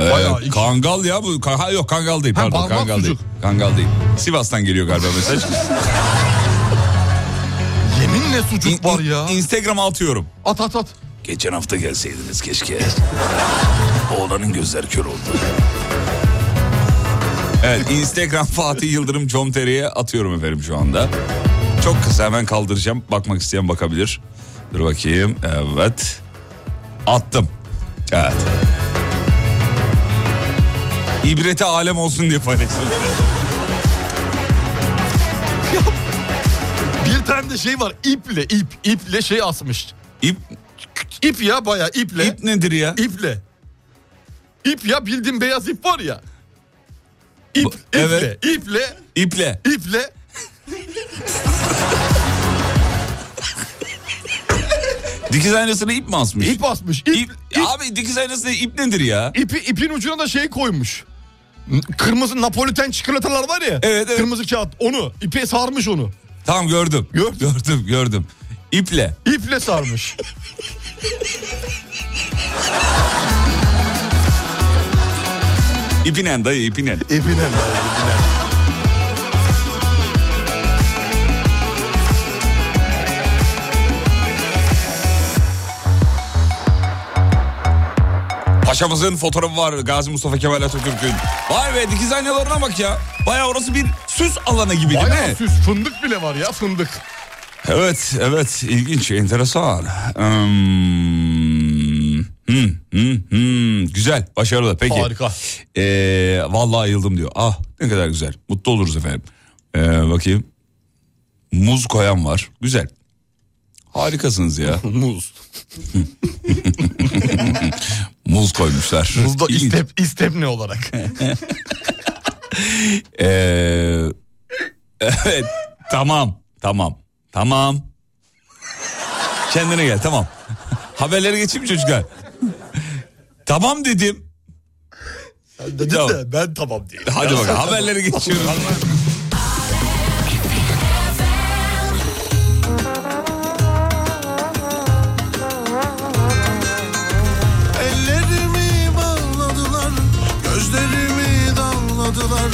Speaker 2: Ee,
Speaker 3: bayağı iki-
Speaker 2: kangal ya bu. Ka- ha, yok kangal değil
Speaker 3: Ha,
Speaker 2: pardon.
Speaker 3: parmak
Speaker 2: kangal
Speaker 3: sucuk.
Speaker 2: değil. Kangal değil. Sivas'tan geliyor galiba mesaj.
Speaker 3: [laughs] Yeminle
Speaker 2: İn-
Speaker 3: sucuk var ya.
Speaker 2: in- Instagram'a atıyorum.
Speaker 3: At at at.
Speaker 2: Geçen hafta gelseydiniz keşke. Oğlanın gözler kör oldu. Evet Instagram [laughs] Fatih Yıldırım Comteri'ye atıyorum efendim şu anda. Çok kısa hemen kaldıracağım. Bakmak isteyen bakabilir. Dur bakayım. Evet. Attım. Evet. İbreti alem olsun diye
Speaker 3: [laughs]
Speaker 2: paylaşıyorum.
Speaker 3: Bir tane de şey var iple ip iple şey asmış.
Speaker 2: İp,
Speaker 3: İp ya baya iple.
Speaker 2: ip nedir ya?
Speaker 3: İple. İp ya bildiğin beyaz ip var ya. İp,
Speaker 2: Bu-
Speaker 3: iple,
Speaker 2: evet.
Speaker 3: iple,
Speaker 2: İple.
Speaker 3: iple.
Speaker 2: Dikiz aynasına ip mi asmış?
Speaker 3: İp asmış. İp,
Speaker 2: İp-
Speaker 3: ip-
Speaker 2: Abi dikiz aynasına ip nedir ya?
Speaker 3: ipi, ipin ucuna da şey koymuş. N- Kırmızı Napoliten çikolatalar var ya.
Speaker 2: Evet, evet.
Speaker 3: Kırmızı kağıt onu. ipe sarmış onu.
Speaker 2: Tamam gördüm.
Speaker 3: Gördüm.
Speaker 2: Gördüm gördüm. İple.
Speaker 3: İple
Speaker 2: [laughs]
Speaker 3: sarmış.
Speaker 2: İpinen dayı ipinen.
Speaker 3: İpine be, ipine.
Speaker 2: Paşamızın fotoğrafı var Gazi Mustafa Kemal Atatürk'ün. Vay be dikiz aynalarına bak ya. Baya orası bir süs alanı gibi değil
Speaker 3: Bayağı
Speaker 2: mi?
Speaker 3: süs. Fındık bile var ya fındık.
Speaker 2: Evet evet ilginç enteresan. Hmm, hmm, hmm, hmm. Güzel başarılı peki.
Speaker 3: Harika.
Speaker 2: Ee, vallahi ayıldım diyor. Ah ne kadar güzel mutlu oluruz efendim. Ee, bakayım. Muz koyan var güzel. Harikasınız ya.
Speaker 3: [laughs] Muz.
Speaker 2: Muz koymuşlar.
Speaker 3: Muz da
Speaker 2: İlginç.
Speaker 3: istep, istepne olarak.
Speaker 2: Ee, [laughs] evet tamam tamam tamam. Kendine gel tamam. [laughs] Haberlere geçeyim mi çocuklar. [laughs] tamam dedim.
Speaker 3: Dedi
Speaker 2: Tamam.
Speaker 3: de ben tamam diyeyim.
Speaker 2: Hadi bakalım haberlere geçiyorum.
Speaker 1: Ellerimi bağladılar Gözlerimi damladılar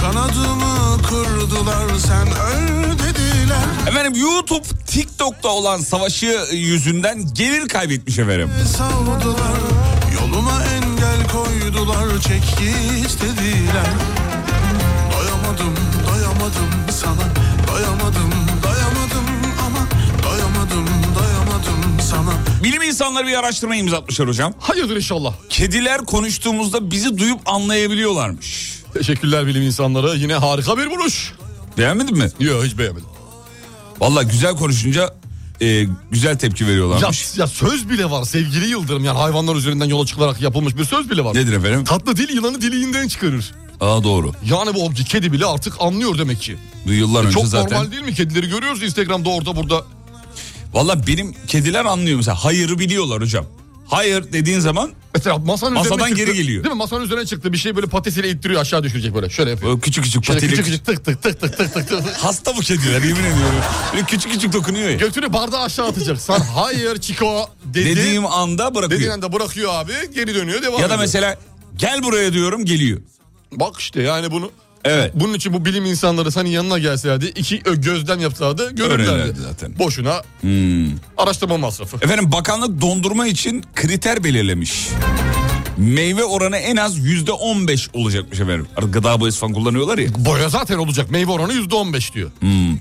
Speaker 1: Kanadımı kırdılar Sen öl dediler
Speaker 2: Efendim YouTube TikTok'ta olan savaşı yüzünden gelir kaybetmiş efendim.
Speaker 1: Savdular Yoluma engel koydular Çek istediler Doyamadım doyamadım sana Doyamadım doyamadım ama Doyamadım doyamadım sana
Speaker 2: Bilim insanları bir araştırma imza atmışlar hocam.
Speaker 3: Hayırdır inşallah.
Speaker 2: Kediler konuştuğumuzda bizi duyup anlayabiliyorlarmış.
Speaker 3: Teşekkürler bilim insanları. Yine harika bir buluş.
Speaker 2: Beğenmedin mi?
Speaker 3: Yok hiç beğenmedim.
Speaker 2: Valla güzel konuşunca e, güzel tepki
Speaker 3: Ya,
Speaker 2: veriyorlarmış.
Speaker 3: ya söz bile var sevgili Yıldırım. Yani hayvanlar üzerinden yola çıkılarak yapılmış bir söz bile var.
Speaker 2: Nedir efendim?
Speaker 3: Tatlı dil yılanı diliğinden çıkarır.
Speaker 2: Aa doğru.
Speaker 3: Yani bu kedi bile artık anlıyor demek ki. E,
Speaker 2: Bu yıllar önce
Speaker 3: Çok
Speaker 2: zaten.
Speaker 3: normal değil mi? Kedileri görüyoruz Instagram'da orada burada.
Speaker 2: Valla benim kediler anlıyor mesela. Hayırı biliyorlar hocam. Hayır dediğin zaman
Speaker 3: Mesela masanın
Speaker 2: Masadan
Speaker 3: üzerine çıktı,
Speaker 2: geri
Speaker 3: [laughs]
Speaker 2: geliyor.
Speaker 3: Değil mi? Masanın üzerine çıktı. Bir şey böyle patisiyle ittiriyor aşağı düşürecek böyle. Şöyle yapıyor.
Speaker 2: böyle küçük küçük
Speaker 3: Şöyle
Speaker 2: patili.
Speaker 3: küçük küçük tık tık tık tık tık tık tık.
Speaker 2: Hasta bu kediler yemin ediyorum. Böyle küçük küçük dokunuyor ya.
Speaker 3: Götünü bardağı aşağı atacak. Sen hayır Çiko dedi.
Speaker 2: Dediğim anda bırakıyor.
Speaker 3: Dediğin anda bırakıyor abi geri dönüyor devam
Speaker 2: ya da
Speaker 3: ediyor.
Speaker 2: mesela gel buraya diyorum geliyor.
Speaker 3: Bak işte yani bunu
Speaker 2: Evet.
Speaker 3: Bunun için bu bilim insanları senin yanına gelselerdi iki ö- gözlem yapsalardı görürlerdi.
Speaker 2: Öğrenirlerdi zaten.
Speaker 3: Boşuna araştırma Hmm. masrafı.
Speaker 2: Efendim bakanlık dondurma için kriter belirlemiş. Meyve oranı en az yüzde on beş olacakmış efendim. Artık gıda boyası falan kullanıyorlar ya. Hmm.
Speaker 3: Boya zaten olacak. Meyve oranı %15 diyor.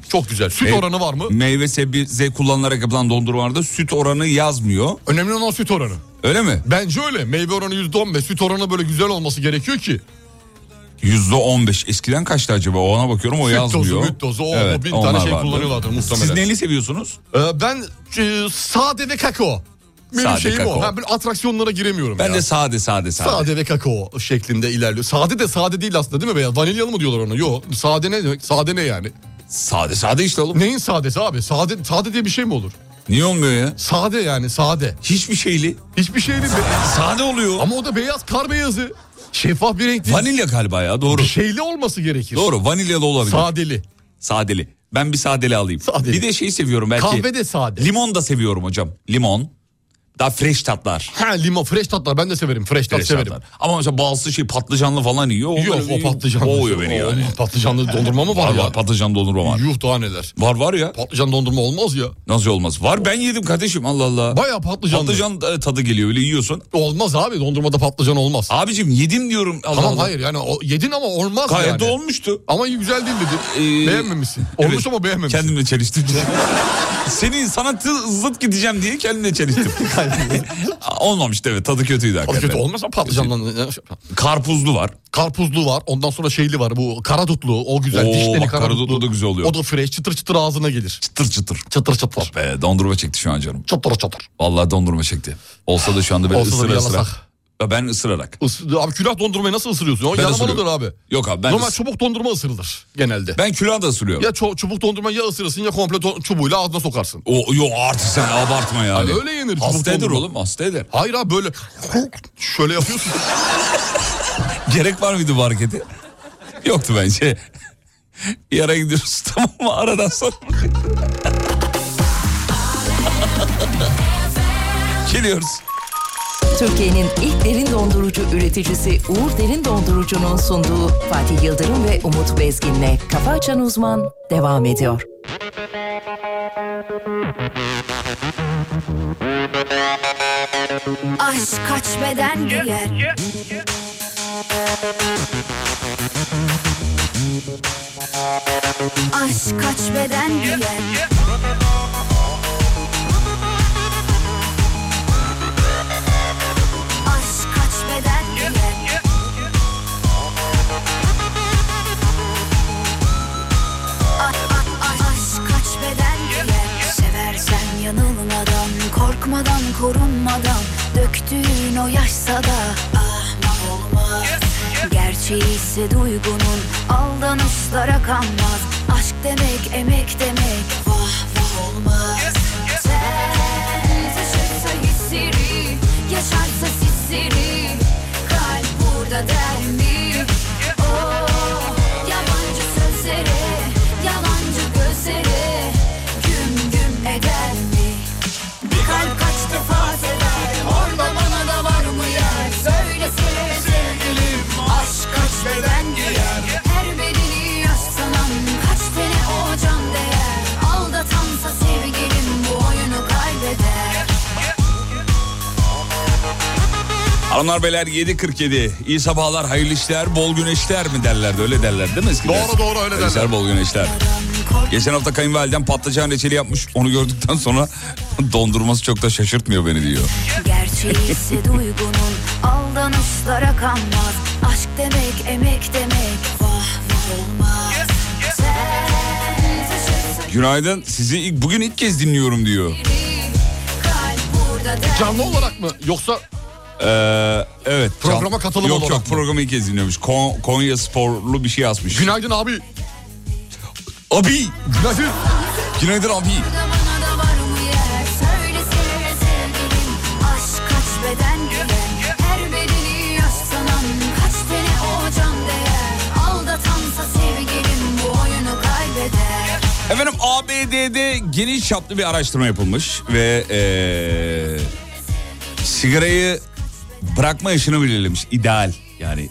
Speaker 3: Çok güzel. Süt
Speaker 2: Mey-
Speaker 3: oranı var mı?
Speaker 2: Meyve sebze kullanılarak yapılan dondurmalarda süt oranı yazmıyor.
Speaker 3: Önemli olan süt oranı.
Speaker 2: Öyle mi?
Speaker 3: Bence öyle. Meyve oranı %15. Süt oranı böyle güzel olması gerekiyor ki.
Speaker 2: Yüzde on beş. Eskiden kaçtı acaba? Ona bakıyorum o
Speaker 3: Süt dozu,
Speaker 2: yazmıyor.
Speaker 3: müt dozu, o, o, bin tane
Speaker 2: onlar
Speaker 3: şey
Speaker 2: vardı.
Speaker 3: kullanıyorlardır muhtemelen.
Speaker 2: Siz neli seviyorsunuz?
Speaker 3: Ee, ben e, sade ve kakao. Benim
Speaker 2: Sade
Speaker 3: şeyim
Speaker 2: kakao.
Speaker 3: o. Ben böyle atraksiyonlara giremiyorum
Speaker 2: Ben
Speaker 3: ya.
Speaker 2: de sade sade sade.
Speaker 3: Sade ve kakao şeklinde ilerliyor. Sade de sade değil aslında değil mi beyaz? Vanilyalı mı diyorlar ona? Yok. Sade ne demek? Sade ne yani?
Speaker 2: Sade sade işte oğlum.
Speaker 3: Neyin sadesi abi? Sade, sade diye bir şey mi olur?
Speaker 2: Niye olmuyor ya?
Speaker 3: Sade yani sade.
Speaker 2: Hiçbir şeyli.
Speaker 3: Hiçbir şey değil. Be-
Speaker 2: Sade oluyor.
Speaker 3: Ama o da beyaz kar beyazı. Şey, Şeffaf bir renk değil.
Speaker 2: Vanilya galiba ya doğru.
Speaker 3: Bir şeyli olması gerekir.
Speaker 2: Doğru vanilyalı olabilir.
Speaker 3: Sadeli.
Speaker 2: Sadeli. Ben bir sadeli alayım.
Speaker 3: Sadeli.
Speaker 2: Bir de şey seviyorum belki.
Speaker 3: Kahve de sade.
Speaker 2: Limon da seviyorum hocam. Limon. Daha fresh tatlar.
Speaker 3: ha limon, fresh tatlar ben de severim. Fresh tat
Speaker 2: Fresh
Speaker 3: severim.
Speaker 2: tatlar. Ama mesela bazı şey patlıcanlı falan yiyor. O
Speaker 3: Yok
Speaker 2: böyle-
Speaker 3: o patlıcanlı.
Speaker 2: Boğuyor beni
Speaker 3: O
Speaker 2: yani.
Speaker 3: Patlıcanlı dondurma mı var
Speaker 2: Var
Speaker 3: ya?
Speaker 2: var patlıcan dondurma var.
Speaker 3: Yuh daha neler.
Speaker 2: Var var ya.
Speaker 3: Patlıcan dondurma olmaz ya.
Speaker 2: Nasıl olmaz? Var ben yedim kardeşim Allah Allah.
Speaker 3: Baya patlıcanlı.
Speaker 2: Patlıcan e, tadı geliyor öyle yiyorsun.
Speaker 3: Olmaz abi dondurmada patlıcan olmaz.
Speaker 2: Abicim yedim diyorum. Allah
Speaker 3: tamam
Speaker 2: Allah.
Speaker 3: hayır yani o, yedin ama olmaz
Speaker 2: Gayet
Speaker 3: yani.
Speaker 2: de olmuştu.
Speaker 3: Ama iyi, güzel değil dedi.
Speaker 2: Ee,
Speaker 3: Beğenmemişsin. Olmuş
Speaker 2: Evet.
Speaker 3: ama beğenmemişsin.
Speaker 2: Kendimle çeliştim. [laughs] Senin sanatı zıt gideceğim diye
Speaker 3: [laughs]
Speaker 2: kendimle çeliştim. Olmamıştı evet tadı kötüydü
Speaker 3: O
Speaker 2: hakikaten.
Speaker 3: kötü olmasa patlıcandan.
Speaker 2: Karpuzlu var.
Speaker 3: Karpuzlu var. Ondan sonra şeyli var. Bu karadutlu. O güzel.
Speaker 2: Oo,
Speaker 3: Dişleri
Speaker 2: bak karadutlu da güzel oluyor.
Speaker 3: O da fresh. Çıtır çıtır ağzına gelir.
Speaker 2: Çıtır çıtır. Oh
Speaker 3: Çıtır çıtır.
Speaker 2: Be, dondurma çekti şu an canım.
Speaker 3: Çıtır çıtır.
Speaker 2: Vallahi dondurma çekti. Olsa da şu anda böyle
Speaker 3: Olsa da bir
Speaker 2: ısıra ısıra.
Speaker 3: yalasak.
Speaker 2: Ya Ben ısırarak.
Speaker 3: Is- abi külah dondurmayı nasıl ısırıyorsun? O
Speaker 2: Ben
Speaker 3: yalamalıdır
Speaker 2: ısırıyorum.
Speaker 3: abi.
Speaker 2: Yok abi ben
Speaker 3: Normal
Speaker 2: ıs-
Speaker 3: çubuk dondurma ısırılır genelde.
Speaker 2: ben külahı da ısırıyorum.
Speaker 3: Ya ço- çubuk dondurma ya ısırırsın ya komple to- çubuğuyla ağzına sokarsın.
Speaker 2: O, yo artık sen abartma yani.
Speaker 3: Abi öyle yenir çubuk
Speaker 2: Hasta eder
Speaker 3: dondurma.
Speaker 2: oğlum hasta eder.
Speaker 3: Hayır abi böyle şöyle yapıyorsun.
Speaker 2: [laughs] Gerek var mıydı bu harekete? Yoktu bence. Bir ara gidiyoruz [laughs] tamam mı? Aradan sonra. [laughs] Geliyoruz.
Speaker 7: Türkiye'nin ilk derin dondurucu üreticisi Uğur Derin Dondurucu'nun sunduğu Fatih Yıldırım ve Umut Bezgin'le Kafa Açan Uzman devam ediyor.
Speaker 8: Aşk kaç beden giyer Aşk kaç beden giyer Aşk kaç beden giyer A- a- a- Aşk kaç beden giyer Seversen yanılmadan Korkmadan korunmadan Döktüğün o yaşsa da Ah olmaz Gerçeği ise duygunun Aldanışlara kanmaz Aşk demek emek demek Vah vah olmaz Sen taşırsa hisseri Yaşarsa sisleri Kalp burada der mi? Oh yabancı sözlere Yalancı gözlere Güm güm eder mi? Bir kalp kaç defa sever Orada bana da var mı yer Söylesene sevgilim Aşk kaç beden giyer Her bedeni yaş sanan Kaç tane o can değer Aldatansa sevgilim Bu oyunu kaybeder
Speaker 2: Hanımlar beyler 7.47. İyi sabahlar, hayırlı işler, bol güneşler mi derlerdi? Öyle derler değil mi eskiden?
Speaker 3: Doğru, doğru, öyle
Speaker 2: Hayırlı işler,
Speaker 3: derler.
Speaker 2: bol güneşler. Geçen hafta kayınvalidem patlıcan reçeli yapmış. Onu gördükten sonra [laughs] dondurması çok da şaşırtmıyor beni diyor.
Speaker 8: Gerçeği ise duygunun aldanışlara kanmaz Aşk demek emek demek vah vah olmaz Sen taşırsın
Speaker 2: Günaydın. Sizi ilk, bugün ilk kez dinliyorum diyor.
Speaker 8: kalp burada der
Speaker 3: Canlı olarak mı? Yoksa
Speaker 2: Ee, evet.
Speaker 3: Programa
Speaker 2: Can-
Speaker 3: katılım
Speaker 2: Yok
Speaker 3: olarak
Speaker 2: yok
Speaker 3: mı?
Speaker 2: programı ilk kez dinliyormuş. Kon- Konya sporlu bir şey yazmış.
Speaker 3: günaydın abi.
Speaker 2: abi.
Speaker 3: Günaydın.
Speaker 2: Günaydın abi.
Speaker 8: da bana da var mı yer Söylesene sevgilim aşk kaç beden giyer Her bedeni yaş sanan kaç tane o can değer Aldatansa sevgilim bu oyunu kaybeder
Speaker 2: Efendim ABD'de geniş çaplı bir araştırma yapılmış ve ee, sigarayı bırakma yaşını belirlemiş. İdeal yani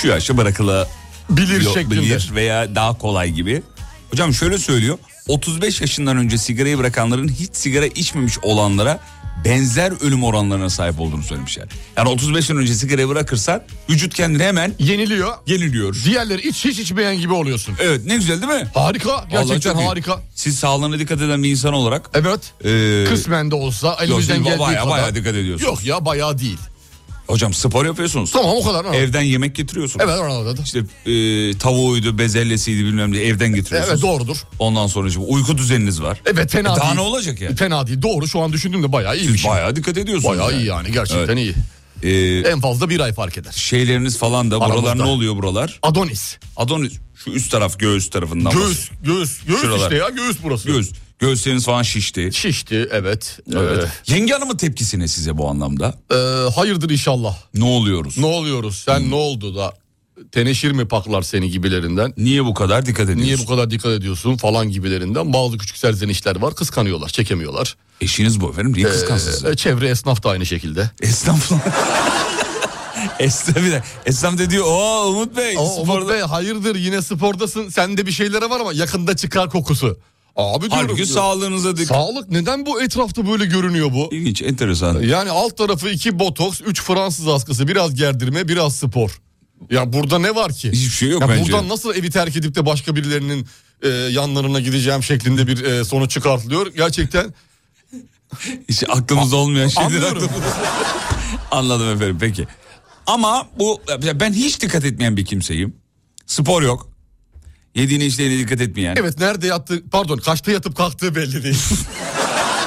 Speaker 2: şu yaşta bırakıla
Speaker 3: bilir
Speaker 2: Yok,
Speaker 3: şeklinde.
Speaker 2: bilir veya daha kolay gibi. Hocam şöyle söylüyor. 35 yaşından önce sigarayı bırakanların hiç sigara içmemiş olanlara benzer ölüm oranlarına sahip olduğunu söylemişler. Yani 35'ten önce sigarayı bırakırsan vücut kendini hemen
Speaker 3: Yeniliyor.
Speaker 2: yeniliyor.
Speaker 3: Diğerleri iç hiç içmeyen gibi oluyorsun.
Speaker 2: Evet ne güzel değil mi?
Speaker 3: Harika.
Speaker 2: Vallahi
Speaker 3: Gerçekten
Speaker 2: çok iyi.
Speaker 3: harika.
Speaker 2: Siz sağlığına dikkat eden bir insan olarak
Speaker 3: Evet.
Speaker 2: e,
Speaker 3: Kısmen de olsa
Speaker 2: yok,
Speaker 3: elimizden
Speaker 2: siz
Speaker 3: geldiği
Speaker 2: baya
Speaker 3: kadar.
Speaker 2: baya dikkat ediyorsunuz.
Speaker 3: Yok ya bayağı değil.
Speaker 2: Hocam spor yapıyorsunuz.
Speaker 3: Tamam o kadar. ha.
Speaker 2: Evden yemek getiriyorsunuz.
Speaker 3: Evet orada da.
Speaker 2: İşte e, tavuğuydu, bezelyesiydi bilmem ne evden
Speaker 3: Evet
Speaker 2: getiriyorsunuz.
Speaker 3: doğrudur.
Speaker 2: Ondan sonra işte uyku düzeniniz var. E,
Speaker 3: Evet fena
Speaker 2: Daha
Speaker 3: değil.
Speaker 2: ne olacak yani?
Speaker 3: Fena değil. Doğru şu an düşündüm de bayağı iyi. şey.
Speaker 2: Siz bayağı dikkat ediyorsunuz. E,
Speaker 3: Bayağı iyi yani gerçekten iyi.
Speaker 2: iyi.
Speaker 3: En fazla bir ay fark eder.
Speaker 2: şeyleriniz falan da buralar
Speaker 3: Aramızda.
Speaker 2: ne oluyor buralar?
Speaker 3: Adonis.
Speaker 2: Adonis şu üst taraf göğüs tarafından.
Speaker 3: Göğüs, göğüs, göğüs
Speaker 2: Şuralar.
Speaker 3: işte ya göğüs burası.
Speaker 2: Göğüs. Göğüsleriniz falan şişti.
Speaker 3: Şişti evet.
Speaker 2: Evet. Yenge Hanım'ın tepkisi ne size bu anlamda?
Speaker 3: Ee, e, hayırdır inşallah.
Speaker 2: Ne oluyoruz? Hmm.
Speaker 3: Ne oluyoruz? Sen ne oldu da teneşir mi paklar seni gibilerinden?
Speaker 2: Niye bu kadar dikkat ediyorsun?
Speaker 3: Niye bu kadar dikkat ediyorsun falan gibilerinden bazı küçük serzenişler var. Kıskanıyorlar, çekemiyorlar.
Speaker 2: Eşiniz bu efendim. Niye kıskansın sizi?
Speaker 3: Ee, çevre esnaf da aynı şekilde.
Speaker 2: Esnaf lan. [laughs] Esnaf bir de. Esnaf da diyor. Oo Umut Bey.
Speaker 3: Ama Umut
Speaker 2: sporda-
Speaker 3: Bey, hayırdır yine spordasın. Sende bir şeylere var ama yakında çıkar kokusu. Abi diyorum.
Speaker 2: Halbuki sağlığınıza dikkat.
Speaker 3: Sağlık neden bu etrafta böyle görünüyor bu?
Speaker 2: İlginç, enteresan. [laughs]
Speaker 3: Yani alt tarafı iki botoks, üç Fransız askısı, biraz gerdirme, biraz spor. Ya burada ne var ki?
Speaker 2: Hiçbir şey yok
Speaker 3: ya
Speaker 2: bence.
Speaker 3: Buradan nasıl evi terk edip de başka birilerinin e, yanlarına gideceğim şeklinde bir e, sonuç çıkartılıyor. Gerçekten
Speaker 2: [laughs] Hiç aklımızda olmayan şeyler
Speaker 3: anlıyorum.
Speaker 2: aklımızda. Anladım efendim peki. Ama bu ya ben hiç dikkat etmeyen bir kimseyim. Spor yok. Yediğine içtiğine dikkat etmeyen.
Speaker 3: evet nerede yattı pardon kaçta yatıp kalktığı belli değil.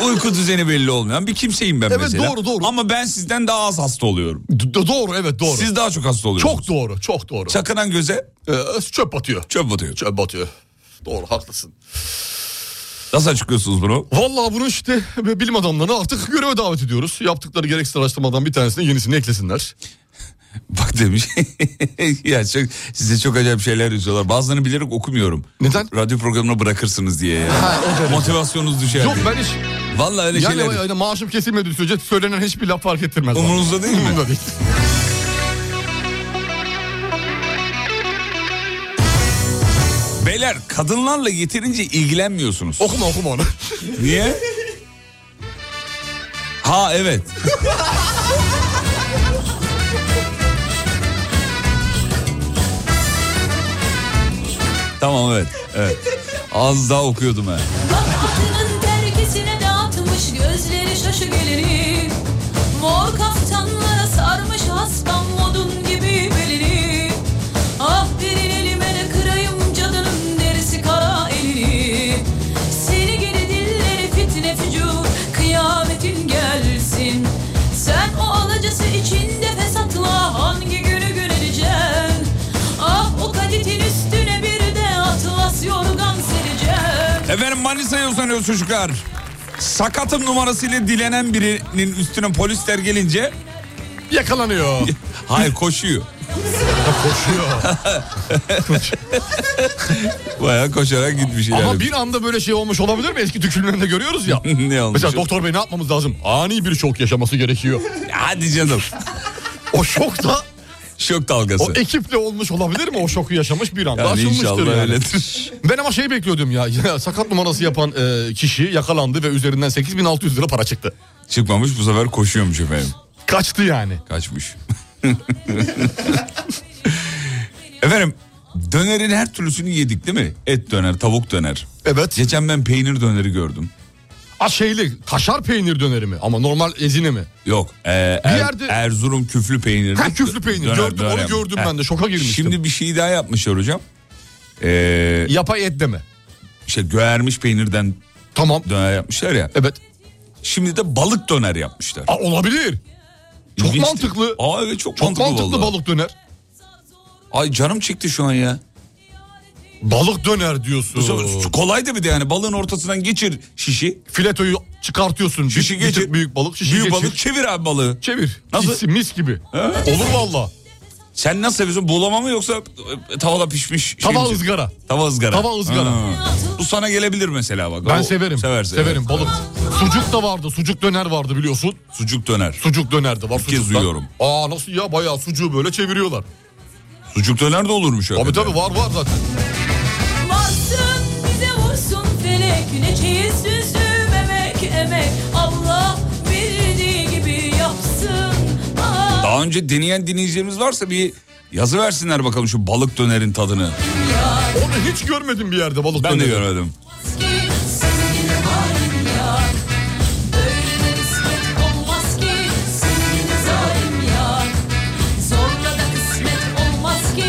Speaker 2: Uyku düzeni belli olmayan bir kimseyim [laughs] ben
Speaker 3: Evet,
Speaker 2: mesela.
Speaker 3: doğru, doğru.
Speaker 2: Ama ben sizden daha az hasta oluyorum.
Speaker 3: Do- doğru evet doğru.
Speaker 2: Siz daha çok hasta oluyorsunuz.
Speaker 3: Çok doğru çok doğru.
Speaker 2: Çakınan göze
Speaker 3: Ee, çöp batıyor.
Speaker 2: çöp batıyor.
Speaker 3: Çöp batıyor. Doğru haklısın.
Speaker 2: Nasıl açıklıyorsunuz bunu?
Speaker 3: Vallahi bunu işte bilim adamlarını artık göreve davet ediyoruz. Yaptıkları gereksiz araştırmadan bir tanesine yenisini eklesinler.
Speaker 2: [laughs] Bak demiş. [laughs] ya çok, size çok acayip şeyler yazıyorlar. Bazılarını bilerek okumuyorum.
Speaker 3: Neden?
Speaker 2: Radyo programını bırakırsınız diye yani. Motivasyonunuz düşer
Speaker 3: Yok
Speaker 2: diye.
Speaker 3: ben hiç
Speaker 2: Vallahi öyle
Speaker 3: Yani
Speaker 2: şeyler.
Speaker 3: yani maaşım kesilmediği sürece söylenen hiçbir laf fark ettirmez. bana.
Speaker 2: Umurunuzda değil mi?
Speaker 3: Umurumda
Speaker 2: [laughs]
Speaker 3: değil.
Speaker 2: Beyler kadınlarla yeterince ilgilenmiyorsunuz.
Speaker 3: Okuma okuma onu.
Speaker 2: Niye? Ha evet. tamam evet. evet. Az daha okuyordum ha.
Speaker 9: Bahtının dergisine dağıtmış gözleri şaşı gelini Mor kaftanlara sarmış aslan modun gibi belini Ah derin elime de kırayım cadının derisi kara elini Seni geri dilleri fitne fücur kıyametin gelsin Sen o alacası içinde fesatla hangi günü göreceksin Ah o kaditin üstüne bir de atlas yorgan sereceğim
Speaker 2: Efendim Manisa'ya uzanıyoruz çocuklar. Sakatım numarasıyla dilenen birinin üstüne polisler gelince
Speaker 3: Yakalanıyor.
Speaker 2: [laughs] hayır koşuyor.
Speaker 3: Koşuyor.
Speaker 2: [laughs] Bayağı koşarak gitmiş ileride.
Speaker 3: Ama bir anda böyle şey olmuş olabilir mi? Eski tükürmelerinde görüyoruz ya.
Speaker 2: [laughs] Ne olmuş?
Speaker 3: Mesela doktor bey ne yapmamız lazım? Ani bir şok yaşaması gerekiyor.
Speaker 2: [laughs] Hadi canım.
Speaker 3: O şok da
Speaker 2: Şok dalgası.
Speaker 3: o ekiple olmuş olabilir mi? O şoku yaşamış bir anda
Speaker 2: yani
Speaker 3: aşılmıştır
Speaker 2: inşallah
Speaker 3: yani.
Speaker 2: öyledir.
Speaker 3: Ben ama şey bekliyordum ya. ya sakat numarası yapan e, kişi yakalandı ve üzerinden 8600 lira para çıktı.
Speaker 2: Çıkmamış bu sefer koşuyormuş efendim.
Speaker 3: Kaçtı yani.
Speaker 2: Kaçmış. efendim dönerin her türlüsünü yedik değil mi? Et döner, tavuk döner.
Speaker 3: Evet.
Speaker 2: Geçen ben peynir döneri gördüm.
Speaker 3: A şeyli kaşar peynir döneri mi? Ama normal ezine mi?
Speaker 2: Yok. e, Er-
Speaker 3: yerde-
Speaker 2: Erzurum küflü peyniri.
Speaker 3: Ha, küflü peynir. Gördüm, onu gördüm ben de. Şoka girmiştim.
Speaker 2: Şimdi bir şey daha yapmışlar hocam. Ee,
Speaker 3: Yapay et de mi?
Speaker 2: işte şey, göğermiş peynirden
Speaker 3: Tamam.
Speaker 2: döner yapmışlar ya.
Speaker 3: Evet.
Speaker 2: Şimdi de balık döner yapmışlar.
Speaker 3: Aa, olabilir. Çok
Speaker 2: İlginçti.
Speaker 3: mantıklı.
Speaker 2: Aa evet çok,
Speaker 3: Çok
Speaker 2: mantıklı,
Speaker 3: mantıklı,
Speaker 2: vallahi.
Speaker 3: balık döner.
Speaker 2: Ay canım çekti şu an ya.
Speaker 3: Balık döner
Speaker 2: Bu
Speaker 3: diyorsun.
Speaker 2: sefer kolay da bir de yani balığın ortasından geçir şişi.
Speaker 3: Filetoyu çıkartıyorsun. Bir-
Speaker 2: Şişi
Speaker 3: bir
Speaker 2: geçir.
Speaker 3: tık Büyük balık şişi
Speaker 2: Büyük
Speaker 3: geçir.
Speaker 2: balık çevir abi balığı.
Speaker 3: Çevir.
Speaker 2: Nasıl?
Speaker 3: Mis, mis gibi. Olur valla.
Speaker 2: Sen nasıl seviyorsun? Buğulama mı yoksa e, tavada pişmiş? şey
Speaker 3: Tava
Speaker 2: mi?
Speaker 3: ızgara.
Speaker 2: Tava ızgara.
Speaker 3: Tava ızgara.
Speaker 2: Ha. Bu sana gelebilir mesela bak.
Speaker 3: Ben
Speaker 2: O-
Speaker 3: severim.
Speaker 2: Seversin.
Speaker 3: Severim
Speaker 2: evet.
Speaker 3: balık. Sucuk da vardı. Sucuk döner vardı biliyorsun.
Speaker 2: Sucuk döner.
Speaker 3: Sucuk döner de var.
Speaker 2: kez
Speaker 3: sucuktan.
Speaker 2: duyuyorum.
Speaker 3: Aa nasıl ya bayağı sucuğu böyle çeviriyorlar.
Speaker 2: Sucuk döner de olurmuş öyle.
Speaker 3: Tabii tabii var var zaten.
Speaker 9: Batsın bize vursun felek Güneşi süzdüm emek emek Allah bildiği gibi yapsın Ah,
Speaker 2: Daha önce deneyen dinleyicilerimiz varsa bir yazı versinler bakalım şu balık dönerin tadını.
Speaker 3: Onu hiç görmedim bir yerde balık
Speaker 2: Ben de
Speaker 3: döneri.
Speaker 2: görmedim.
Speaker 9: Sevgili halim ya Böyle de kısmet olmaz ki Sevgili zalim ya Zorla da kısmet olmaz ki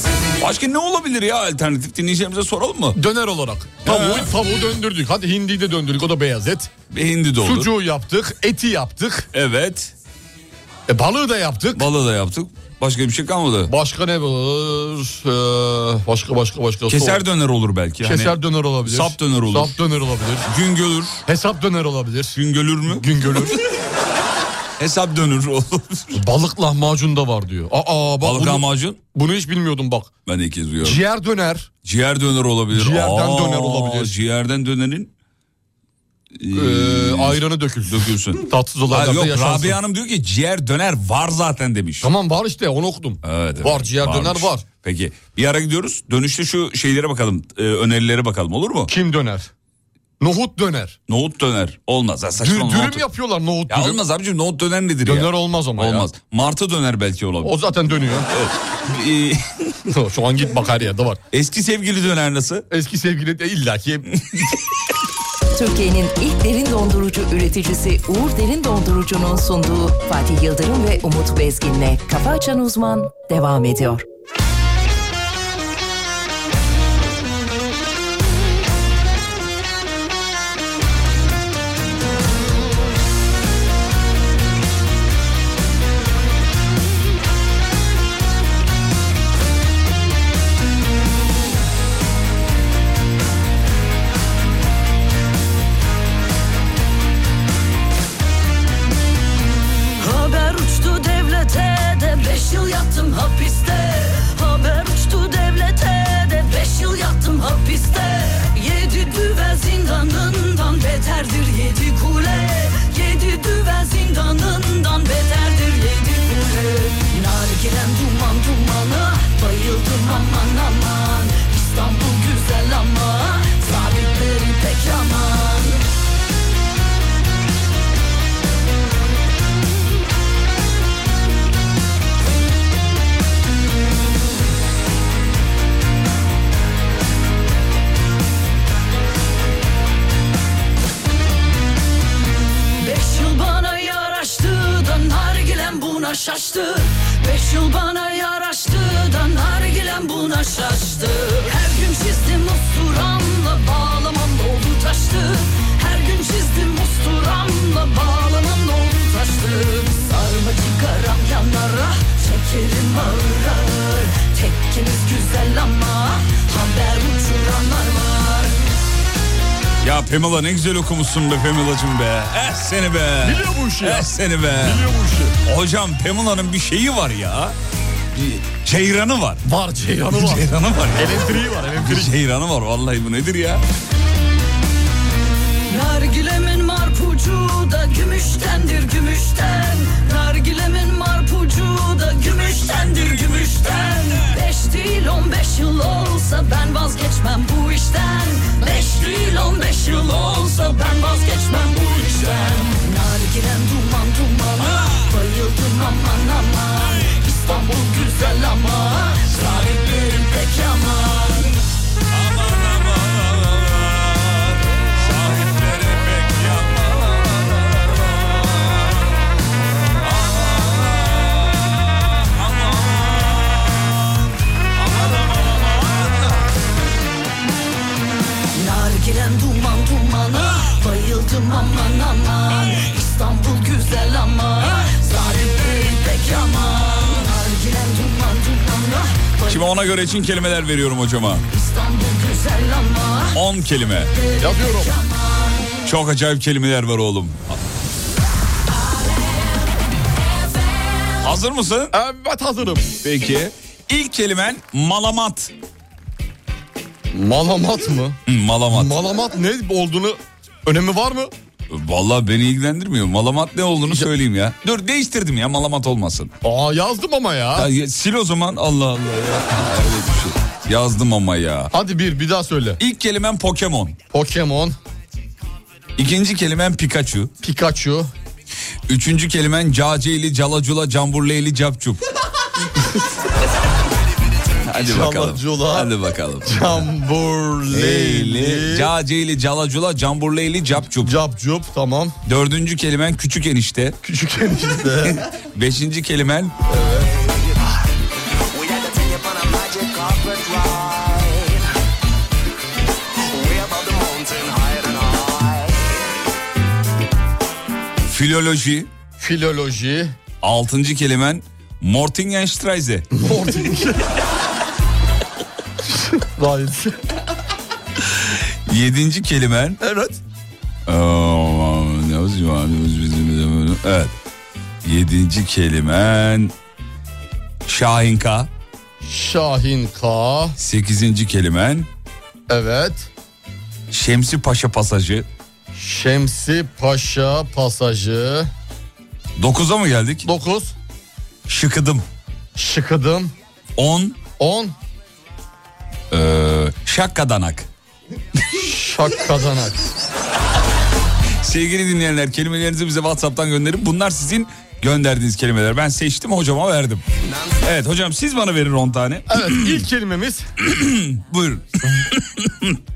Speaker 9: Sevgili
Speaker 2: Başka ne olabilir ya alternatif dinleyicilerimize soralım mı?
Speaker 3: Döner olarak. Tavuğu, tavuğu döndürdük. Hadi [laughs] hindiyi de döndürdük. O da beyaz et.
Speaker 2: Bir hindi de olur.
Speaker 3: Sucuğu yaptık. Eti yaptık.
Speaker 2: Evet.
Speaker 3: E, balığı da yaptık.
Speaker 2: Balığı da yaptık. Başka bir şey kalmadı.
Speaker 3: Başka ne var? Ee, başka başka başka.
Speaker 2: Keser
Speaker 3: Soğan.
Speaker 2: döner olur belki.
Speaker 3: Keser
Speaker 2: Hani
Speaker 3: döner olabilir.
Speaker 2: Sap döner olur.
Speaker 3: Sap döner olabilir.
Speaker 2: Gün görür.
Speaker 3: Hesap döner olabilir.
Speaker 2: Gün görür mü?
Speaker 3: Gün görür.
Speaker 2: [laughs] Hesap dönür olur.
Speaker 3: Balık lahmacun da var diyor. Aa, bak
Speaker 2: Balık
Speaker 3: bunu,
Speaker 2: lahmacun.
Speaker 3: bunu hiç bilmiyordum bak.
Speaker 2: Ben de ilk kez duyuyorum.
Speaker 3: Ciğer döner.
Speaker 2: Ciğer döner olabilir.
Speaker 3: Ciğerden döner olabilir.
Speaker 2: Ciğerden dönerin
Speaker 3: Ee, ayranı dökülsün.
Speaker 2: dökülsün.
Speaker 3: [laughs] Tatsız
Speaker 2: Ha,
Speaker 3: olaylar da
Speaker 2: yok
Speaker 3: yaşansın.
Speaker 2: Rabia Hanım diyor ki ciğer döner var zaten demiş.
Speaker 3: Tamam var işte onu okudum.
Speaker 2: Evet, evet,
Speaker 3: var ciğer döner
Speaker 2: varmış.
Speaker 3: var.
Speaker 2: Peki bir ara gidiyoruz. Dönüşte şu şeylere bakalım. e, önerilere bakalım olur mu?
Speaker 3: Kim döner? Nohut döner.
Speaker 2: Nohut döner. Olmaz. Ha,
Speaker 3: Dür,
Speaker 2: saçma
Speaker 3: dürüm
Speaker 2: nohut.
Speaker 3: yapıyorlar nohut
Speaker 2: Ya
Speaker 3: dürüm.
Speaker 2: olmaz abicim nohut döner nedir ya?
Speaker 3: Döner olmaz ama
Speaker 2: Olmaz.
Speaker 3: ya.
Speaker 2: Martı döner belki olabilir.
Speaker 3: O zaten dönüyor.
Speaker 2: E,
Speaker 3: Şu an git bak her yerde var.
Speaker 2: Eski sevgili döner nasıl?
Speaker 3: Eski sevgili de illaki
Speaker 7: Türkiye'nin ilk derin dondurucu üreticisi Uğur Derin Dondurucu'nun sunduğu Fatih Yıldırım ve Umut Bezgin'le Kafa Açan Uzman devam ediyor.
Speaker 10: Haber uçtu devlete de beş yıl yattım hapiste Haber uçtu devlete de beş yıl yattım hapiste Yedi düve zindanından beterdir yedi kule Yedi düve zindanından beterdir yedi kule Nargilen duman dumana bayıldım aman aman İstanbul güzel ama sabitleri pek aman Beş yıl bana yaraştı da nargilem buna şaştı Beş yıl bana yaraştı da nargilem buna şaştı Her gün çizdim usturamla bağlamam oldu taştı Her gün çizdim usturamla bağlamam oldu taştı Sarmacı karam yanlara çekerim ağır ağır Tekkimiz güzel ama haber uçuranlar var
Speaker 2: Ya Pamela ne güzel okumuşsun be Pamela'cım be. Eh seni be.
Speaker 3: biliyor bu işi ya.
Speaker 2: Eh seni be.
Speaker 3: Biliyor bu işi.
Speaker 2: Hocam Pamela'nın bir şeyi var ya. Bir ceyranı var.
Speaker 3: Var ceyranı var.
Speaker 2: Ceyranı var ya.
Speaker 3: Elektriği var
Speaker 2: Bir
Speaker 3: elektriği.
Speaker 2: ceyranı var vallahi bu nedir ya?
Speaker 10: Nargilemin marpucu da gümüştendir gümüşten Nargilemin marpucu da gümüştendir gümüşten Beş değil on beş yıl olsa ben vazgeçmem bu işten Beş değil on beş yıl olsa ben vazgeçmem bu işten Nargilem duman dumana bayıldım aman aman İstanbul güzel ama sahiplerim pek aman Nargilem duman dumana Bayıldım aman aman İstanbul güzel ama Zalimlerin pek yaman Nargilem duman dumana
Speaker 2: Şimdi ona göre için kelimeler veriyorum hocama.
Speaker 10: İstanbul güzel ama
Speaker 2: 10 kelime.
Speaker 3: Yazıyorum.
Speaker 2: Çok acayip kelimeler var oğlum. Hazır mısın?
Speaker 3: Evet hazırım.
Speaker 2: Peki. İlk kelimen malamat.
Speaker 3: Malamat mı?
Speaker 2: Hı, malamat.
Speaker 3: Malamat ne olduğunu önemi var mı?
Speaker 2: Vallahi beni ilgilendirmiyor. Malamat ne olduğunu söyleyeyim ya. Dur değiştirdim ya malamat olmasın.
Speaker 3: Aa yazdım ama ya.
Speaker 2: Ya sil o zaman Allah Allah ya. Aa, öyle bir şey. Yazdım ama ya.
Speaker 3: Hadi bir bir daha söyle.
Speaker 2: İlk kelimem Pokemon. [laughs]
Speaker 3: Pokemon,
Speaker 2: İkinci kelimem Pikachu.
Speaker 3: Pikachu.
Speaker 2: Üçüncü kelimen Caceyli, Calacula, Camburleyli, Capcup. Hadi bakalım.
Speaker 3: Calacula.
Speaker 2: Hadi bakalım. Leyli.
Speaker 3: Camburleyli.
Speaker 2: Caceyli, Calacula, Camburleyli, Capcup.
Speaker 3: Capcup tamam.
Speaker 2: Dördüncü kelimen küçük enişte.
Speaker 3: Küçük enişte.
Speaker 2: [laughs] Beşinci kelimen filoloji.
Speaker 3: Filoloji.
Speaker 2: Altıncı kelimen Mortingenstreise.
Speaker 3: Morting. Gayet.
Speaker 2: Yedinci kelimen
Speaker 3: [laughs] Evet.
Speaker 2: Evet. Yedinci kelimen Şahinka.
Speaker 3: Şahin K.
Speaker 2: Sekizinci kelimen
Speaker 3: Evet.
Speaker 2: Şemsi Paşa pasajı.
Speaker 3: Şemsi Paşa pasajı.
Speaker 2: Dokuza mı geldik?
Speaker 3: 9.
Speaker 2: Şıkıdım.
Speaker 3: Şıkıdım.
Speaker 2: On.
Speaker 3: 10.
Speaker 2: Ee, şakkadanak.
Speaker 3: Şak kazanak.
Speaker 2: Sevgili dinleyenler kelimelerinizi bize WhatsApp'tan gönderin. Bunlar sizin gönderdiğiniz kelimeler. Ben seçtim hocama verdim. Evet hocam siz bana verin 10 tane.
Speaker 3: Evet ilk kelimemiz.
Speaker 2: [clears throat] Buyurun.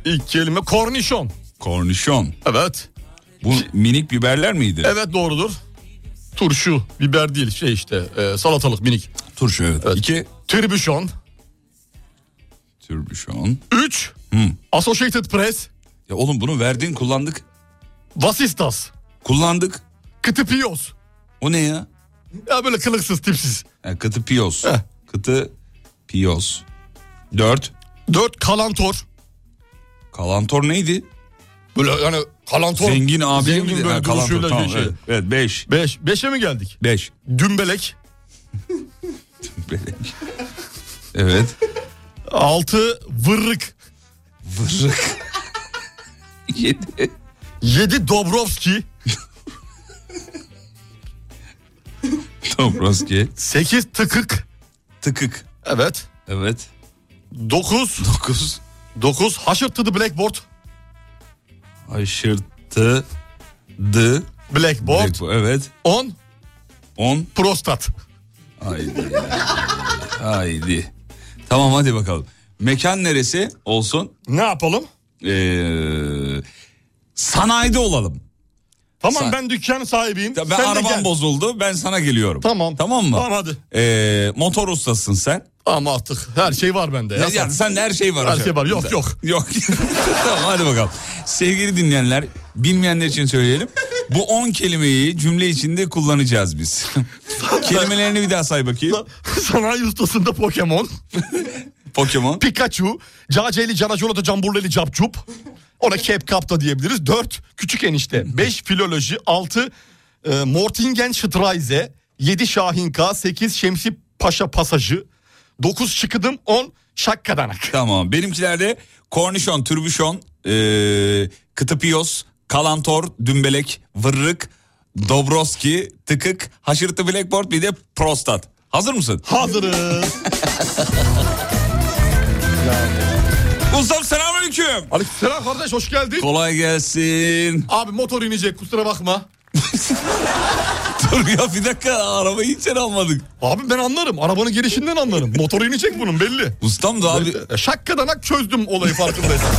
Speaker 3: ilk kelime kornişon.
Speaker 2: Kornişon.
Speaker 3: Evet.
Speaker 2: Bu minik biberler miydi?
Speaker 3: Evet doğrudur. Turşu, biber değil şey işte e, salatalık minik.
Speaker 2: Turşu evet.
Speaker 3: Evet.
Speaker 2: İki.
Speaker 3: Tribüşon.
Speaker 2: Türbüşon.
Speaker 3: 3.
Speaker 2: Hı.
Speaker 3: Associated Press.
Speaker 2: Ya oğlum bunu verdin kullandık.
Speaker 3: Vasistas.
Speaker 2: Kullandık.
Speaker 3: Kıtıpiyos.
Speaker 2: O ne ya?
Speaker 3: Ya böyle kılıksız tipsiz.
Speaker 2: Ha, kıtı piyos.
Speaker 3: Heh.
Speaker 2: Kıtı piyos. Dört.
Speaker 3: 4. Kalantor.
Speaker 2: Kalantor neydi?
Speaker 3: Böyle yani kalantor.
Speaker 2: Zengin abi
Speaker 3: Zengin
Speaker 2: miydi?
Speaker 3: böyle
Speaker 2: Ha, kalantor.
Speaker 3: duruşuyla
Speaker 2: Tamam,
Speaker 3: şey.
Speaker 2: evet. evet beş.
Speaker 3: 5. 5'e mi geldik?
Speaker 2: Beş.
Speaker 3: Dümbelek.
Speaker 2: Beleş. evet.
Speaker 3: 6. Vırrık.
Speaker 2: Vırık. Yedi.
Speaker 3: 7. Dobrovski.
Speaker 2: Tomroski.
Speaker 3: 8. Tıkık.
Speaker 2: Tıkık.
Speaker 3: Evet.
Speaker 2: Evet.
Speaker 3: 9.
Speaker 2: Dokuz.
Speaker 3: 9. Haşır tıdı blackboard.
Speaker 2: Aşırtı. Dı.
Speaker 3: Blackboard.
Speaker 2: Evet.
Speaker 3: 10.
Speaker 2: On.
Speaker 3: Prostat.
Speaker 2: Haydi. Haydi. Tamam hadi bakalım. Mekan neresi olsun?
Speaker 3: Ne yapalım?
Speaker 2: Ee, sanayide olalım.
Speaker 3: Tamam
Speaker 2: Sen-
Speaker 3: ben dükkan sahibiyim.
Speaker 2: Ya Ben
Speaker 3: Sen de
Speaker 2: arabam
Speaker 3: gel.
Speaker 2: bozuldu. Ben sana geliyorum.
Speaker 3: Tamam.
Speaker 2: Tamam mı?
Speaker 3: Tamam hadi.
Speaker 2: Ee, motor ustasın sen.
Speaker 3: Ama artık her şey var bende ya.
Speaker 2: Ya, ya sen her şey var.
Speaker 3: Her
Speaker 2: hocam.
Speaker 3: şey var. Yok, yok.
Speaker 2: Yok. tamam hadi bakalım. Sevgili dinleyenler, bilmeyenler için söyleyelim. Bu 10 kelimeyi cümle içinde
Speaker 3: [laughs]
Speaker 2: kullanacağız biz. Kelimelerini bir daha say bakayım.
Speaker 3: Sanayi ustasında
Speaker 2: [laughs]
Speaker 3: Pokemon,
Speaker 2: [laughs] Pokemon.
Speaker 3: Pikachu, Caceli, Canacolata, Camburleli, Capcup. Ona Cap Cap da diyebiliriz. 4 küçük enişte, 5 filoloji, 6 e, Mortingen Streise, 7 Şahinka, 8 Şemsi Paşa Pasajı, 9 Şıkıdım, 10 Şakkadanak.
Speaker 2: Tamam. Benimkilerde kornişon, türbüşon, ee, kıtıpiyos, kalantor, dümbelek, vırrık, dobroski, tıkık, haşırtı blackboard bir de prostat. Hazır mısın?
Speaker 3: Hazırız.
Speaker 2: Ustam selamünaleyküm.
Speaker 3: Aleykümselam kardeş hoş geldin.
Speaker 2: Kolay gelsin.
Speaker 3: Abi motor inecek kusura bakma.
Speaker 2: [laughs] Dur ya bir dakika arabayı hiç sen almadık.
Speaker 3: Abi ben anlarım. Arabanın gelişinden anlarım. Motor inecek bunun belli.
Speaker 2: Ustam da abi
Speaker 3: E, Şakkadanak çözdüm olayı farkındaysan. [laughs]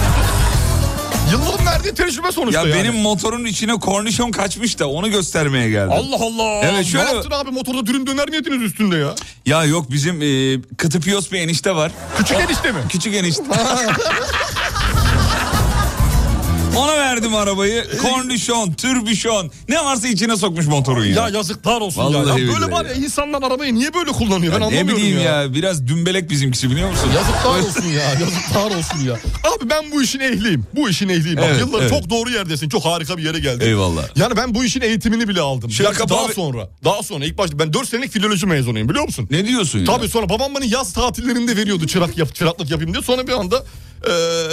Speaker 3: Yılların verdiği tecrübe sonuçta
Speaker 2: ya
Speaker 3: yani.
Speaker 2: benim motorun içine kornişon kaçmış da onu göstermeye geldim.
Speaker 3: Allah Allah.
Speaker 2: Evet, şöyle-
Speaker 3: Ne yaptın abi motorda dürüm döner miydiniz üstünde ya?
Speaker 2: Ya yok bizim e, kıtıpiyos bir enişte var.
Speaker 3: Küçük enişte mi? [laughs]
Speaker 2: Küçük enişte. [laughs] Ona verdim arabayı. Kornişon, türbüşon. Ne varsa içine sokmuş motorun ya.
Speaker 3: Ya yazıklar olsun ya.
Speaker 2: Vallahi
Speaker 3: ya. Böyle
Speaker 2: billahi
Speaker 3: var ya insanlar arabayı niye böyle kullanıyor? ben
Speaker 2: ne
Speaker 3: anlamıyorum
Speaker 2: bileyim
Speaker 3: ya.
Speaker 2: ya. Biraz dümbelek bizimkisi biliyor musun?
Speaker 3: Yazıklar olsun ya. Yazıklar olsun ya. Abi ben bu işin ehliyim. Bu işin ehliyim. Bak
Speaker 2: Evet,
Speaker 3: yıllar
Speaker 2: evet.
Speaker 3: çok doğru yerdesin. Çok harika bir yere geldin.
Speaker 2: Eyvallah.
Speaker 3: Yani ben bu işin eğitimini bile aldım.
Speaker 2: Şaka
Speaker 3: Gerçi daha
Speaker 2: abi-
Speaker 3: sonra. Daha sonra ilk başta ben 4 senelik filoloji mezunuyum biliyor musun?
Speaker 2: Ne diyorsun ya?
Speaker 3: Tabii sonra babam bana yaz tatillerinde veriyordu çırak yap, çıraklık yapayım diye. Sonra bir anda e,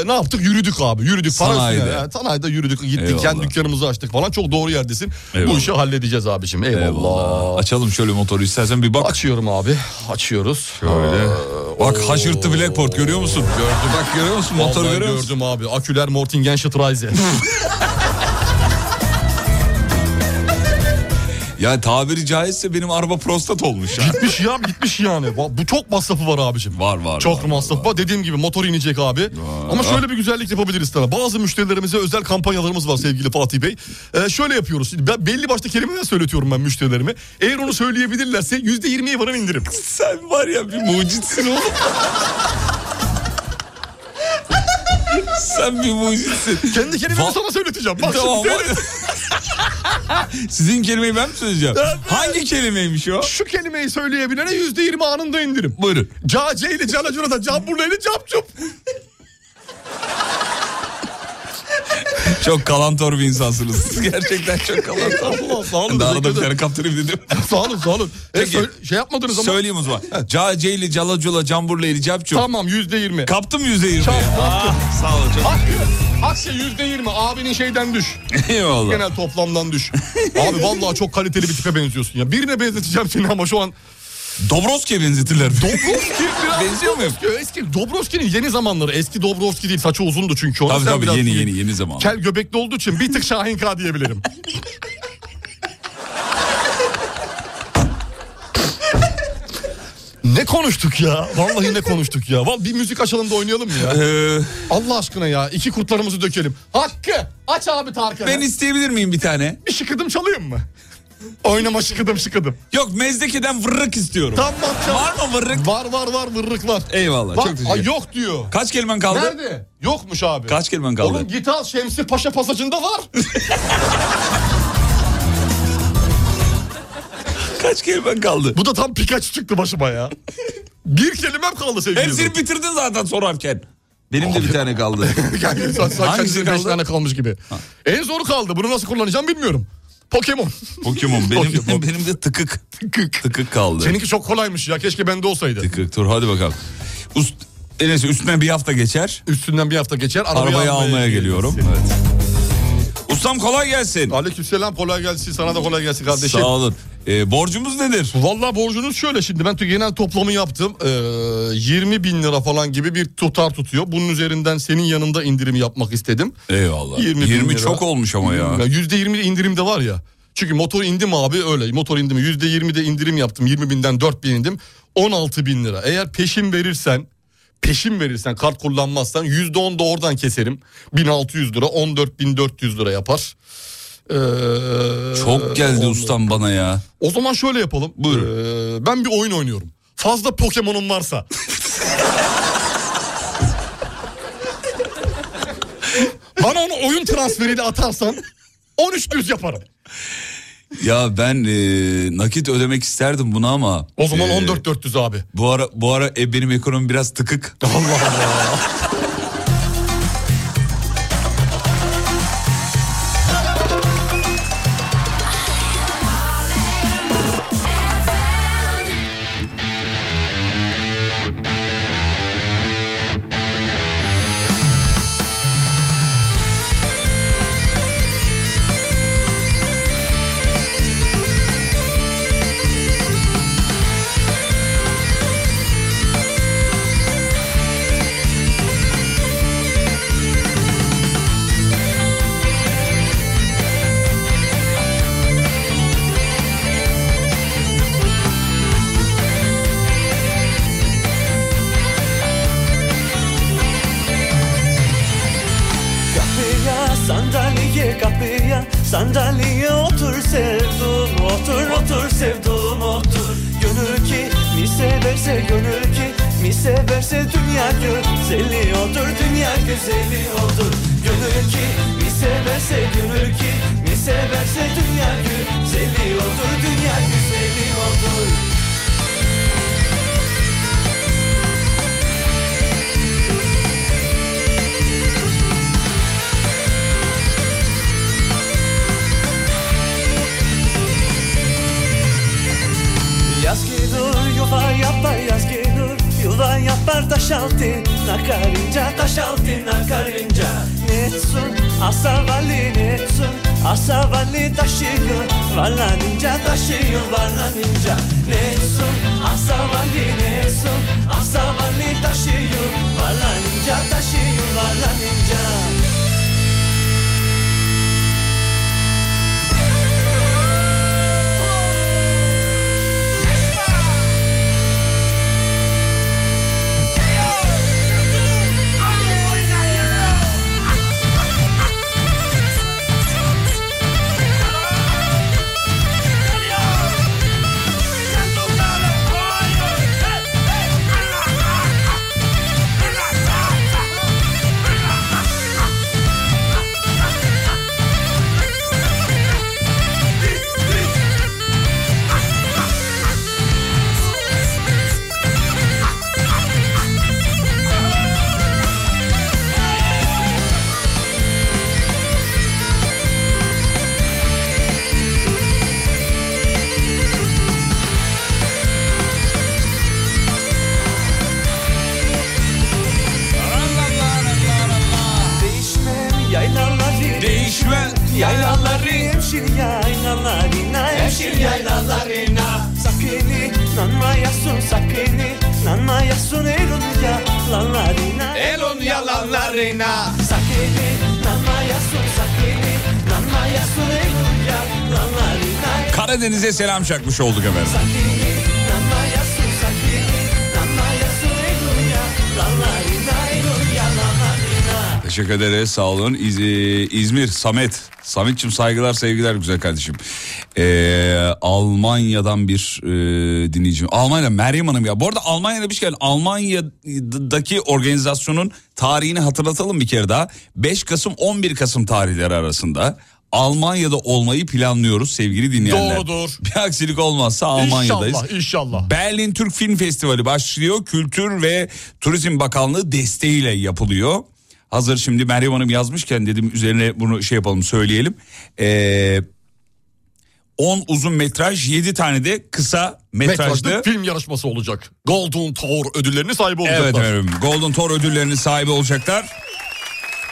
Speaker 3: ne yaptık? Yürüdük abi. Yürüdük. Para
Speaker 2: Sanayide.
Speaker 3: üstüne. Yani sanayide yürüdük. Gittik
Speaker 2: Eyvallah.
Speaker 3: kendi dükkanımızı açtık falan. Çok doğru yerdesin.
Speaker 2: Eyvallah.
Speaker 3: Bu işi halledeceğiz abiciğim. Eyvallah.
Speaker 2: Eyvallah. Açalım şöyle motoru istersen bir bak.
Speaker 3: Açıyorum abi. Açıyoruz.
Speaker 2: Şöyle. Bak haşırttı Blackport görüyor musun? Gördüm. Bak görüyor musun motoru
Speaker 3: Vallahi
Speaker 2: görüyor musun?
Speaker 3: gördüm abi. Aküler Mortingen
Speaker 2: [laughs]
Speaker 3: Schütreise.
Speaker 2: Ya tabiri caizse benim araba prostat olmuş ya.
Speaker 3: gitmiş ya gitmiş yani. Va- Bu çok masrafı var abiciğim.
Speaker 2: Var var.
Speaker 3: Çok
Speaker 2: var,
Speaker 3: masraf var. Dediğim gibi motor inecek abi. Ama şöyle bir güzellik yapabiliriz sana. Bazı müşterilerimize özel kampanyalarımız var sevgili Fatih Bey. Ee, şöyle yapıyoruz. Şimdi ben belli başlı kelimeler söyletiyorum ben müşterilerime. Eğer onu söyleyebilirlerse %20'ye varan indirim.
Speaker 2: Sen var ya bir mucitsin oğlum. Sen bir mucitsin.
Speaker 3: Kendi kelimeleri
Speaker 2: Va-
Speaker 3: sana söyleteceğim. Bak
Speaker 2: Tamam.
Speaker 3: şimdi seyret.
Speaker 2: [laughs] Sizin kelimeyi ben mi söyleyeceğim? [laughs] Hangi kelimeymiş o?
Speaker 3: Şu kelimeyi söyleyebilene %20 anında indirim.
Speaker 2: Buyurun.
Speaker 3: Cace ile Canacura da Camburna ile Camcup.
Speaker 2: Çok kalantor bir insansınız. Siz [laughs] gerçekten çok
Speaker 3: [laughs]
Speaker 2: kalantor.
Speaker 3: Allah sağ olun.
Speaker 2: Ben de arada bir
Speaker 3: teşekkür
Speaker 2: tane
Speaker 3: ederim.
Speaker 2: kaptırayım dedim.
Speaker 3: [laughs] Sağ olun sağ olun. E,
Speaker 2: Peki.
Speaker 3: söyle- şey yapmadınız ama.
Speaker 2: Söyleyeyim o zaman. Caceyli, Calacula, Camburleyli, Capçuk.
Speaker 3: Tamam %20.
Speaker 2: Kaptım yüzde yirmi.
Speaker 3: Kaptım.
Speaker 2: Sağ olun. Çok...
Speaker 3: Aksya yüzde yirmi abinin şeyden düş.
Speaker 2: Eyvallah.
Speaker 3: Genel toplamdan düş. Abi vallahi çok kaliteli bir tipe benziyorsun ya. Birine benzeteceğim seni ama şu an.
Speaker 2: Dobroski'ye benzetirler. [laughs]
Speaker 3: Dobrovski biraz.
Speaker 2: Benziyor muyum?
Speaker 3: Dobrovski, Eski Dobrovski'nin yeni zamanları. Eski Dobrovski değil saçı uzundu çünkü. O
Speaker 2: Tabii
Speaker 3: yüzden biraz-
Speaker 2: tabii yeni yeni yeni zaman.
Speaker 3: Kel göbekli olduğu için bir tık Şahin K diyebilirim. ne konuştuk ya? Vallahi ne konuştuk ya? Vallahi bir müzik açalım da oynayalım mı ya?
Speaker 2: Ee,
Speaker 3: Allah aşkına ya iki kurtlarımızı dökelim. Hakkı aç abi Tarkan'ı.
Speaker 2: ben
Speaker 3: Ben
Speaker 2: isteyebilir miyim bir tane?
Speaker 3: bir şıkıdım çalayım mı? Oynama şıkıdım şıkıdım.
Speaker 2: Yok mezdekiden vırrık istiyorum.
Speaker 3: Tamam çal.
Speaker 2: Var mı vırrık?
Speaker 3: Var var var vırrık var. Bak,
Speaker 2: Eyvallah. çok teşekkür
Speaker 3: ay,
Speaker 2: ederim.
Speaker 3: yok diyor.
Speaker 2: Kaç kelimen kaldı?
Speaker 3: Nerede? Yokmuş abi.
Speaker 2: Kaç kelimen kaldı?
Speaker 3: Oğlum git al Şemsi Paşa pasajında
Speaker 2: [laughs]
Speaker 3: var.
Speaker 2: Kaç kelimen kaldı?
Speaker 3: Bu da tam Pikachu çıktı başıma ya. bir kelimem kaldı sevgili.
Speaker 2: Hepsini bitirdin zaten sorarken. Benim de bir tane
Speaker 3: [laughs]
Speaker 2: kaldı.
Speaker 3: Yani sen- sen
Speaker 2: Hangisi
Speaker 3: kendine beş
Speaker 2: kaldı?
Speaker 3: tane kalmış gibi. En zoru kaldı. Bunu nasıl kullanacağım bilmiyorum. Pokemon.
Speaker 2: Pokemon benim
Speaker 3: Pokemon.
Speaker 2: benim de tıkık. Tıkık. Tıkık kaldı.
Speaker 3: Seninki çok kolaymış ya. Keşke bende olsaydı.
Speaker 2: Tıkık dur hadi bakalım. Ust, e, neyse üstüne bir hafta geçer.
Speaker 3: Üstünden bir hafta geçer. Arabayı,
Speaker 2: Arabayı almaya geliyorum. Evet. Ustam kolay gelsin.
Speaker 3: Aleykümselam kolay gelsin sana da kolay gelsin kardeşim.
Speaker 2: Sağ olun. E, borcumuz nedir?
Speaker 3: Vallahi borcunuz şöyle şimdi ben tü- genel toplamı yaptım. Ee, 20 bin lira falan gibi bir tutar tutuyor. Bunun üzerinden senin yanında indirim yapmak istedim.
Speaker 2: Eyvallah. 20,
Speaker 3: 20 bin lira.
Speaker 2: çok olmuş ama ya.
Speaker 3: Ya %20 indirim de var ya. Çünkü motor indi mi abi öyle. Motor indi mi %20 de indirim yaptım. 20 binden 4 bin indim. 16 bin lira. Eğer peşin verirsen peşin verirsen kart kullanmazsan %10 da oradan keserim. 1600 lira 14.400 lira yapar. Ee,
Speaker 2: Çok geldi
Speaker 3: on-
Speaker 2: ustam bana ya.
Speaker 3: O zaman şöyle yapalım.
Speaker 2: Buyurun.
Speaker 3: Ee, ben bir oyun oynuyorum. Fazla Pokemon'un varsa. Bana onu oyun transferiyle atarsan 13 düz yaparım.
Speaker 2: Ya ben e, nakit ödemek isterdim bunu ama.
Speaker 3: O zaman
Speaker 2: e,
Speaker 3: 14 400 abi.
Speaker 2: Bu ara bu ara e, benim ekonomim biraz tıkık.
Speaker 3: Allah Allah.
Speaker 6: Kapıya sandalyeye kapıya sandalyeye otur sevdum otur otur sevdum otur Gönül ki mi severse gönül ki mi severse dünya güzeli otur dünya güzeli otur Gönül ki mi severse gönül ki mi severse dünya güzeli otur dünya güzeli otur Yaz gelir yuva yapar yaz gelir yuva yapar Bardaş altı nakarınca Taş altı nakarınca Netsun asavali netsun Asavali taşıyor Varlanınca taşıyor varlanınca Netsun asavali netsun Asavali taşıyor Varlanınca taşıyor varlanınca Değişmem yaylaları
Speaker 2: Değişme.
Speaker 6: Yaylaları Hemşin yaylalarına Hemşin yaylalarına Sakini nanmayasın sakini Nanmayasın elun yalanlarına
Speaker 2: Elun yalanlarına.
Speaker 6: Sakini nanmayasın sakini Nanmayasın elun yalanlarına
Speaker 2: [laughs] Karadeniz'e selam çakmış olduk efendim.
Speaker 6: Sakini nanmayasın sakini Nanmayasın elun yalanlarına Elun yalanlarına
Speaker 2: Teşekkür ederiz sağ olun. İz- e, İzmir Samet. Sametçim saygılar sevgiler güzel kardeşim. Ee, Almanya'dan bir e, dinleyicim. Almanya Meryem Hanım ya. Bu arada Almanya demişken Almanya'daki organizasyonun tarihini hatırlatalım bir kere daha. 5 Kasım 11 Kasım tarihleri arasında. Almanya'da olmayı planlıyoruz sevgili dinleyenler.
Speaker 3: Doğrudur.
Speaker 2: Bir aksilik olmazsa Almanya'dayız.
Speaker 3: İnşallah inşallah.
Speaker 2: Berlin Türk Film Festivali başlıyor. Kültür ve Turizm Bakanlığı desteğiyle yapılıyor. Hazır şimdi Meryem Hanım yazmışken dedim üzerine bunu şey yapalım söyleyelim. Ee, 10 uzun metraj 7 tane de kısa metrajlı.
Speaker 3: Metrajlı film yarışması olacak. Golden Tower ödüllerinin sahibi olacaklar.
Speaker 2: Evet efendim Golden Tor ödüllerinin sahibi olacaklar.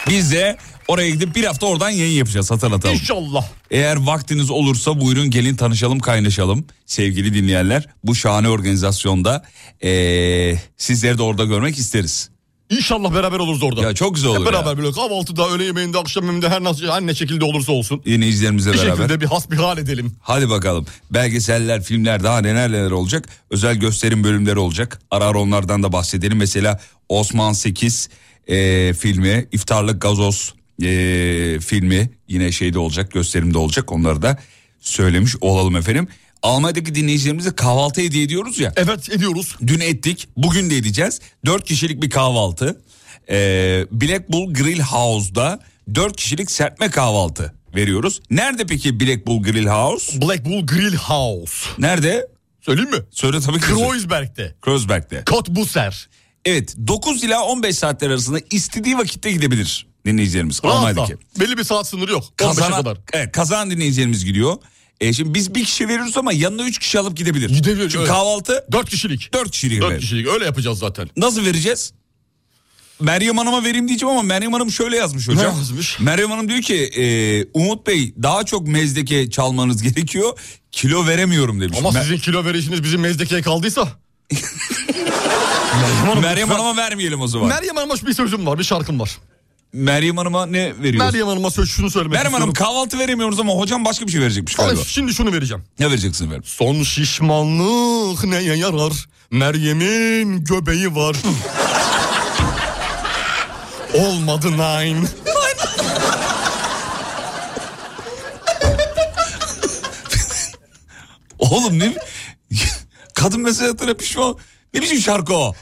Speaker 2: Biz de oraya gidip bir hafta oradan yayın yapacağız hatırlatalım.
Speaker 3: İnşallah.
Speaker 2: Eğer vaktiniz olursa buyurun gelin tanışalım kaynaşalım sevgili dinleyenler. Bu şahane organizasyonda eee, sizleri de orada görmek isteriz.
Speaker 3: İnşallah beraber oluruz orada.
Speaker 2: Ya çok güzel olur
Speaker 3: Hep beraber
Speaker 2: ya.
Speaker 3: böyle kahvaltıda, öğle yemeğinde, akşam yemeğinde her nasıl her ne şekilde olursa olsun.
Speaker 2: Dinleyicilerimizle
Speaker 3: Bir
Speaker 2: beraber.
Speaker 3: şekilde bir hasbihal edelim.
Speaker 2: Hadi bakalım belgeseller filmler daha neler neler olacak. Özel gösterim bölümleri olacak. Ara ara onlardan da bahsedelim. Mesela Osman 8 eee, filmi İftarlık Gazoz eee, filmi yine şeyde olacak gösterimde olacak. Onları da söylemiş olalım efendim. Almanya'daki dinleyicilerimize kahvaltı hediye ediyoruz ya.
Speaker 3: Evet ediyoruz.
Speaker 2: Dün ettik, bugün de edeceğiz. Dört kişilik bir kahvaltı. Ee, Black Bull Grill House'da dört kişilik serpme kahvaltı veriyoruz. Nerede peki Black Bull Grill House?
Speaker 3: Black Bull Grill House.
Speaker 2: Nerede?
Speaker 3: Söyleyeyim mi?
Speaker 2: Söyle tabii ki.
Speaker 3: Kreuzberg'de.
Speaker 2: Kreuzberg'de.
Speaker 3: Kotbuser.
Speaker 2: Evet 9 ila 15 saatler arasında istediği vakitte gidebilir dinleyicilerimiz.
Speaker 3: Rahatla.
Speaker 2: Almanya'daki.
Speaker 3: Belli bir saat sınırı yok. 15'e kadar.
Speaker 2: Kazanan, evet, kazanan dinleyicilerimiz gidiyor. E, şimdi biz bir kişi veriyoruz ama yanına 3 kişi alıp gidebilir.
Speaker 3: Gidebilir,
Speaker 2: Çünkü
Speaker 3: evet.
Speaker 2: kahvaltı
Speaker 3: 4 kişilik.
Speaker 2: 4 kişilik.
Speaker 3: 4
Speaker 2: evet.
Speaker 3: kişilik öyle yapacağız zaten.
Speaker 2: Nasıl vereceğiz? Meryem Hanım'a vereyim diyeceğim ama Meryem Hanım şöyle yazmış hocam.
Speaker 3: Ne yazmış?
Speaker 2: Meryem Hanım diyor ki e, Umut Bey daha çok mezdeke çalmanız gerekiyor. Kilo veremiyorum demiş.
Speaker 3: Ama
Speaker 2: Me-
Speaker 3: sizin kilo verişiniz bizim mezdekeye kaldıysa.
Speaker 2: Meryem Hanım'a vermeyelim o zaman.
Speaker 3: Meryem Hanım'a bir sözüm var, bir şarkım var.
Speaker 2: Meryem Hanım'a ne veriyoruz? Meryem,
Speaker 3: Meryem Hanım'a söz şunu söylemek
Speaker 2: Hanım
Speaker 3: istiyorum.
Speaker 2: kahvaltı veremiyoruz ama hocam başka bir şey verecekmiş
Speaker 3: Ama
Speaker 2: galiba.
Speaker 3: Şimdi şunu vereceğim.
Speaker 2: Ne vereceksin efendim?
Speaker 3: Son şişmanlık neye yarar? Meryem'in göbeği
Speaker 2: [laughs]
Speaker 3: var. Olmadı Nine.
Speaker 2: Oğlum ne... [laughs] Kadın mesela terapi şu an... Ne biçim şarkı o?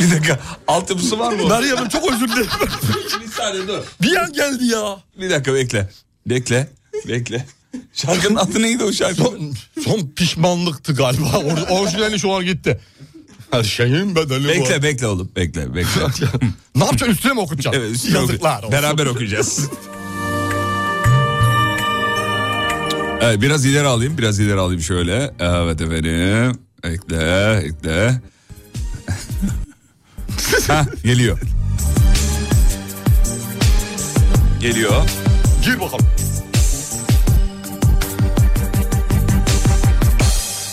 Speaker 2: bir dakika altyapısı var mı?
Speaker 3: Meryem Hanım çok özür dilerim.
Speaker 2: [laughs] Bir saniye dur.
Speaker 3: bir an geldi ya.
Speaker 2: Bir dakika bekle. Bekle.
Speaker 3: [laughs]
Speaker 2: Bekle. Şarkının adı neydi o şarkının?
Speaker 3: Son, son pişmanlıktı galiba. Or- Orijinali şu an gitti. Her şeyin bedeli var.
Speaker 2: Bekle bekle oğlum. Bekle bekle.
Speaker 3: [laughs] Ne yapacaksın üstüne mi okutacaksın?
Speaker 2: Evet, üstüne
Speaker 3: Yazıklar
Speaker 2: oku-
Speaker 3: olsun.
Speaker 2: Beraber okuyacağız. Evet, biraz ileri alayım, biraz ileri alayım şöyle. Evet efendim. Ekle,
Speaker 3: [laughs]
Speaker 2: ekle. Heh, geliyor. Geliyor.
Speaker 3: Gir bakalım.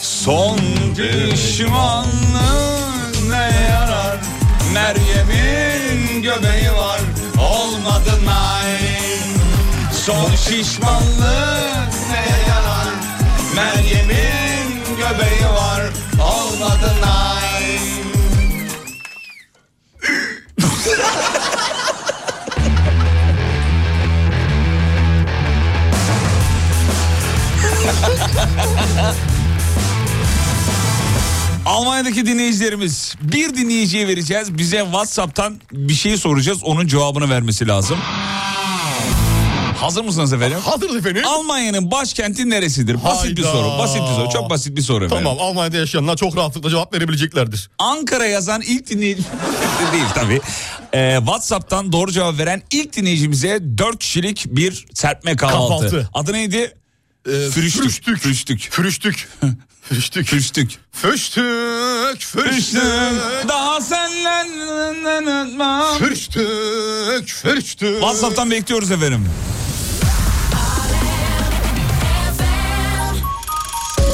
Speaker 2: Son düşmanlık ne yarar? Meryem'in göbeği var olmadı naim. Son şişmanlık ne yarar? Meryem'in göbeği var olmadı naim. [laughs] Almanya'daki dinleyicilerimiz bir dinleyiciye vereceğiz. Bize WhatsApp'tan bir şey soracağız. Onun cevabını vermesi lazım. Hazır mısınız efendim?
Speaker 3: Hazırız efendim.
Speaker 2: Almanya'nın başkenti neresidir? Basit bir
Speaker 3: Hayda.
Speaker 2: soru. Basit bir soru. Çok basit bir soru
Speaker 3: [laughs]
Speaker 2: efendim.
Speaker 3: Tamam Almanya'da yaşayanlar çok rahatlıkla cevap verebileceklerdir.
Speaker 2: Ankara yazan ilk dinleyici [laughs] değil tabii. Ee, WhatsApp'tan doğru cevap veren ilk dinleyicimize 4 kişilik bir serpme kahvaltı.
Speaker 3: Kahvaltı.
Speaker 2: Adı neydi? Fürüştük.
Speaker 3: Ee, Fürüştük.
Speaker 2: Fürüştük.
Speaker 3: Fürüştük. Fürüştük.
Speaker 2: Fürüştük.
Speaker 3: Fürüştük. Fürüştük.
Speaker 2: Daha senden unutmam.
Speaker 3: Fürüştük. Fürüştük.
Speaker 2: WhatsApp'tan bekliyoruz efendim.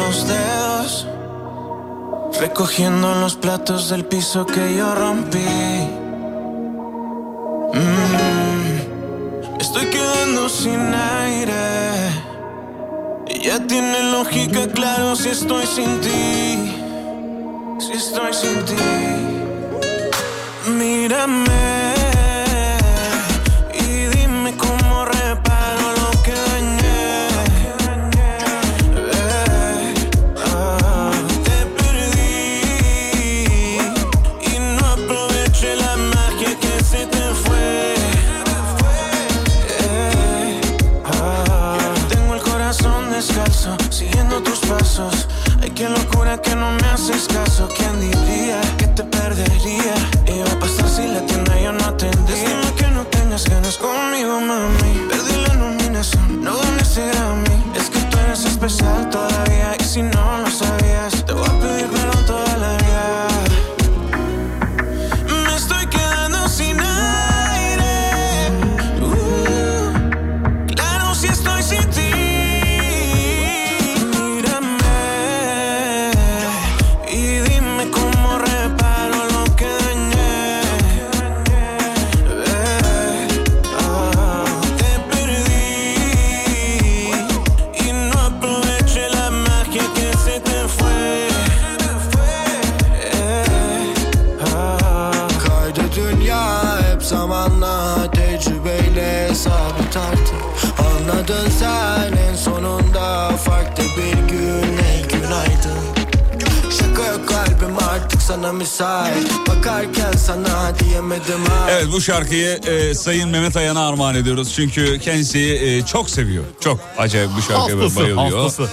Speaker 11: los dedos, recogiendo los platos del piso que yo rompí. Mm, Estoy quedando sin aire. Y ya tiene lógica, claro, si estoy sin ti. Si estoy sin ti. Mírame. y dime cómo reparo lo que dañé. Ah, Te perdí y no aproveché la magia que se te fue. Eh, ah, Tengo el corazón descalzo, siguiendo tus pasos. Ay, qué locura que no me haces caso. ¿Quién diría que te perdería? Iba a pasar si la tienda yo no atendía. Lástima que no tengas ganas conmigo, mami. Perdí la nominación, no gané ese Grammy. Es que tú eres especial todavía y si no lo sabías, te voy a pedir perdón toda la vida. Me estoy quedando sin aire. Uh, claro, si estoy sin ti. Mírame y dime cómo reparo lo que dañé. Eh, ah, te perdí y no aproveché la magia que se te fue. Eh, Kaydı dünya hep zamanla Tecrübeyle hesabı tarttı Anladın sen en sonunda Farklı bir gün ey günaydın Şaka yok kalbim artık sana müsait Bakarken sana diyemedim ha
Speaker 2: Evet bu şarkıyı e, Sayın Mehmet Ayan'a armağan ediyoruz. Çünkü kendisi e, çok seviyor. Çok acayip bu şarkıya böyle
Speaker 3: Hastası.
Speaker 2: bayılıyor.
Speaker 3: Hastası.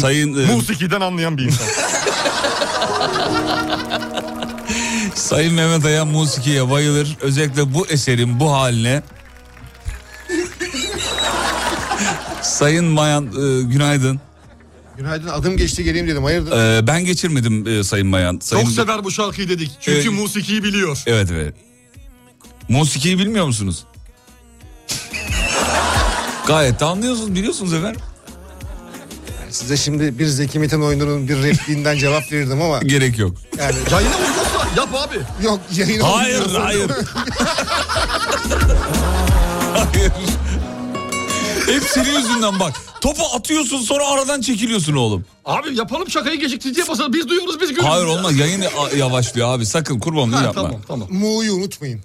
Speaker 2: Sayın e,
Speaker 3: Musiki'den anlayan bir insan.
Speaker 2: [laughs] Sayın Mehmet Ayan musikiye bayılır. Özellikle bu eserin bu haline Sayın Mayan e, günaydın.
Speaker 12: Günaydın adım geçti geleyim dedim hayırdır?
Speaker 2: E, ben geçirmedim e, Sayın Mayan. Sayın...
Speaker 3: Çok sever bu şarkıyı dedik. Çünkü
Speaker 2: Ee,
Speaker 3: Musiki'yi biliyor.
Speaker 2: Evet evet. Musikiyi bilmiyor musunuz? Gayet de anlıyorsunuz biliyorsunuz efendim.
Speaker 12: Size şimdi bir Zeki Metin oyununun bir repliğinden cevap verirdim ama
Speaker 2: Gerek yok.
Speaker 12: yani
Speaker 3: Yayına uyuyorsa yap abi.
Speaker 12: yok yayına
Speaker 2: Hayır
Speaker 12: uymuyorsun.
Speaker 2: hayır. hayır. Hep senin yüzünden bak. Topu atıyorsun sonra aradan çekiliyorsun oğlum.
Speaker 3: Abi yapalım şakayı gecikti diye basar. Biz duyuyoruz biz görüyoruz.
Speaker 2: Hayır
Speaker 3: ya.
Speaker 2: olmaz yayın a- yavaşlıyor abi sakın kurban olayım
Speaker 3: Ha,
Speaker 2: yapma.
Speaker 3: Tamam tamam.
Speaker 12: Mu'yu unutmayın.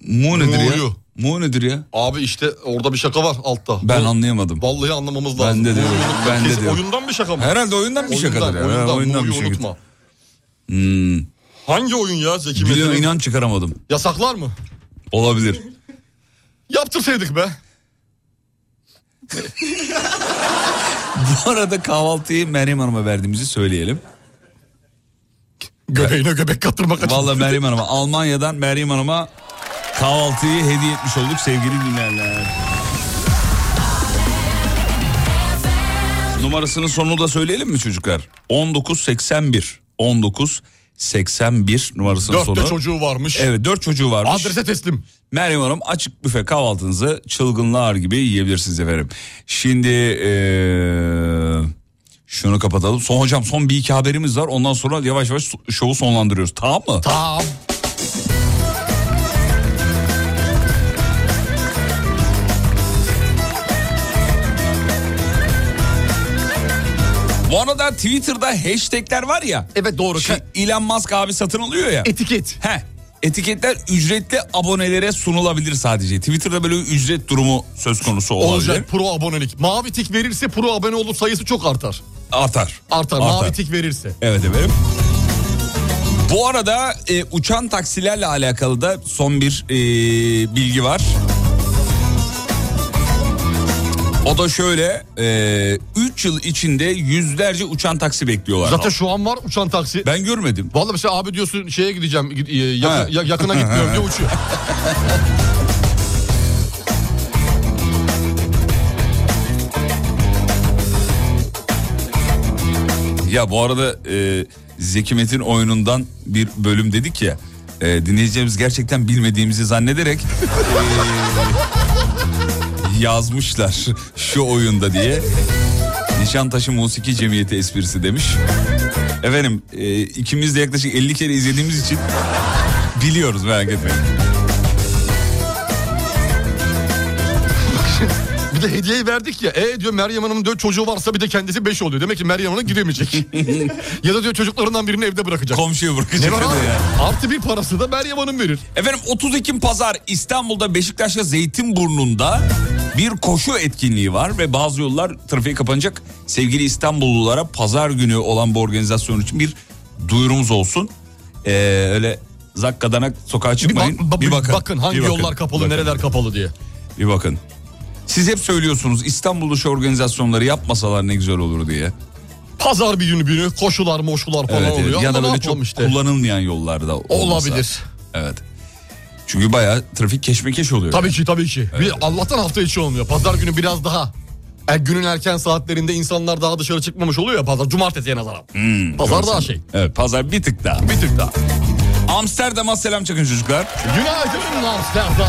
Speaker 2: Mu nedir ya?
Speaker 3: Mu'yu.
Speaker 2: Mu nedir ya?
Speaker 3: Abi işte orada bir şaka var altta.
Speaker 2: Ben anlayamadım.
Speaker 3: Vallahi anlamamız lazım.
Speaker 2: Bende de
Speaker 3: Mu'yu
Speaker 2: yok,
Speaker 3: unutma.
Speaker 2: bende
Speaker 3: Kesin
Speaker 2: de yok.
Speaker 3: Oyundan bir şaka mı?
Speaker 2: Herhalde oyundan bir şakadır ya.
Speaker 3: Oyundan,
Speaker 2: Ha,
Speaker 3: oyundan,
Speaker 2: bir
Speaker 3: Mu'yu
Speaker 2: şakadır.
Speaker 3: unutma. Hangi oyun ya Zeki
Speaker 2: Biliyorum
Speaker 3: Metin'in?
Speaker 2: inan çıkaramadım.
Speaker 3: Yasaklar mı?
Speaker 2: Olabilir.
Speaker 3: Yaptırsaydık be.
Speaker 2: Bu arada kahvaltıyı Meryem Hanım'a verdiğimizi söyleyelim.
Speaker 3: Göbeğine göbek kattırmak açısından.
Speaker 2: Vallahi Meryem Hanım'a Almanya'dan Meryem Hanım'a kahvaltıyı hediye etmiş olduk sevgili dinleyenler. Numarasının sonunu da söyleyelim mi çocuklar? 1981. 1981 numarasının
Speaker 3: Dörtte
Speaker 2: sonu.
Speaker 3: çocuğu varmış.
Speaker 2: Evet 4 çocuğu varmış.
Speaker 3: Adrese teslim.
Speaker 2: Meryem Hanım açık büfe kahvaltınızı çılgınlar gibi yiyebilirsiniz efendim. Şimdi eee, şunu kapatalım. Son hocam son bir iki haberimiz var. Ondan sonra yavaş yavaş şovu sonlandırıyoruz. Tamam mı?
Speaker 3: Tamam.
Speaker 2: Bu arada Twitter'da hashtagler var ya.
Speaker 3: Evet doğru.
Speaker 2: Şey, Elon Musk abi satın alıyor ya.
Speaker 3: Etiket.
Speaker 2: Heh, etiketler ücretli abonelere sunulabilir sadece. Twitter'da böyle bir ücret durumu söz konusu olabilir.
Speaker 3: Olacak pro abonelik. Mavi tik verirse pro abone olur sayısı çok artar.
Speaker 2: Artar.
Speaker 3: Artar. Mavi tik verirse.
Speaker 2: Evet efendim. Bu arada e, uçan taksilerle alakalı da son bir e, bilgi var. O da şöyle, 3 yıl içinde yüzlerce uçan taksi bekliyorlar.
Speaker 3: Zaten şu an var uçan taksi.
Speaker 2: Ben görmedim.
Speaker 3: Vallahi mesela abi diyorsun şeye gideceğim gid- e, yakın-
Speaker 2: He.
Speaker 3: ya- yakına
Speaker 2: [laughs]
Speaker 3: gitmiyorum diye uçuyor.
Speaker 2: Ya bu arada e, Zeki Metin oyunundan bir bölüm dedik ya. E, dinleyeceğimiz gerçekten bilmediğimizi zannederek e, yazmışlar şu oyunda diye. Nişantaşı Musiki Cemiyeti esprisi demiş. Efendim e, ikimiz de yaklaşık 50 kere izlediğimiz için biliyoruz merak etmeyin.
Speaker 3: Bir de hediyeyi verdik ya. E diyor Meryem Hanım'ın dört çocuğu varsa bir de kendisi beş oluyor. Demek ki Meryem Hanım
Speaker 2: [laughs]
Speaker 3: giremeyecek. ya da diyor çocuklarından birini evde bırakacak.
Speaker 2: Komşuya
Speaker 3: ne
Speaker 2: bırakacak.
Speaker 3: var
Speaker 2: hadi
Speaker 3: abi?
Speaker 2: ya.
Speaker 3: Artı bir parası da Meryem Hanım verir.
Speaker 2: Efendim 30 Ekim Pazar İstanbul'da Beşiktaş'ta Zeytinburnu'nda bir koşu etkinliği var ve bazı yollar trafiğe kapanacak. Sevgili İstanbullulara pazar günü olan bu organizasyon için bir duyurumuz olsun. Ee, öyle zakkadanak sokağa
Speaker 3: Bir, bak-
Speaker 2: çıkmayın.
Speaker 3: ba- bir bakın, hangi
Speaker 2: Bir bakın.
Speaker 3: yollar kapalı,
Speaker 2: Bakın.
Speaker 3: nereler kapalı diye.
Speaker 2: Bir bakın. Siz hep söylüyorsunuz İstanbul dışı organizasyonları yapmasalar ne güzel olur diye.
Speaker 3: Pazar bir günü günü koşular moşular falan
Speaker 2: Evet, evet.
Speaker 3: oluyor.
Speaker 2: Ya
Speaker 3: Ama
Speaker 2: da
Speaker 3: ne
Speaker 2: böyle
Speaker 3: yapalım
Speaker 2: çok
Speaker 3: işte.
Speaker 2: kullanılmayan yollarda olmasa.
Speaker 3: Olabilir.
Speaker 2: Evet. Çünkü bayağı trafik keşmekeş oluyor.
Speaker 3: Tabii ki tabii ki. Bir Allah'tan hafta içi olmuyor. Pazar günü biraz daha. E, günün erken saatlerinde insanlar daha dışarı çıkmamış oluyor ya pazar. Cumartesiye nazaran. pazar daha şey.
Speaker 2: Hmm, Evet pazar bir tık daha.
Speaker 3: Bir tık daha.
Speaker 2: Amsterdam'a selam çakın çocuklar.
Speaker 3: Günaydın Amsterdam.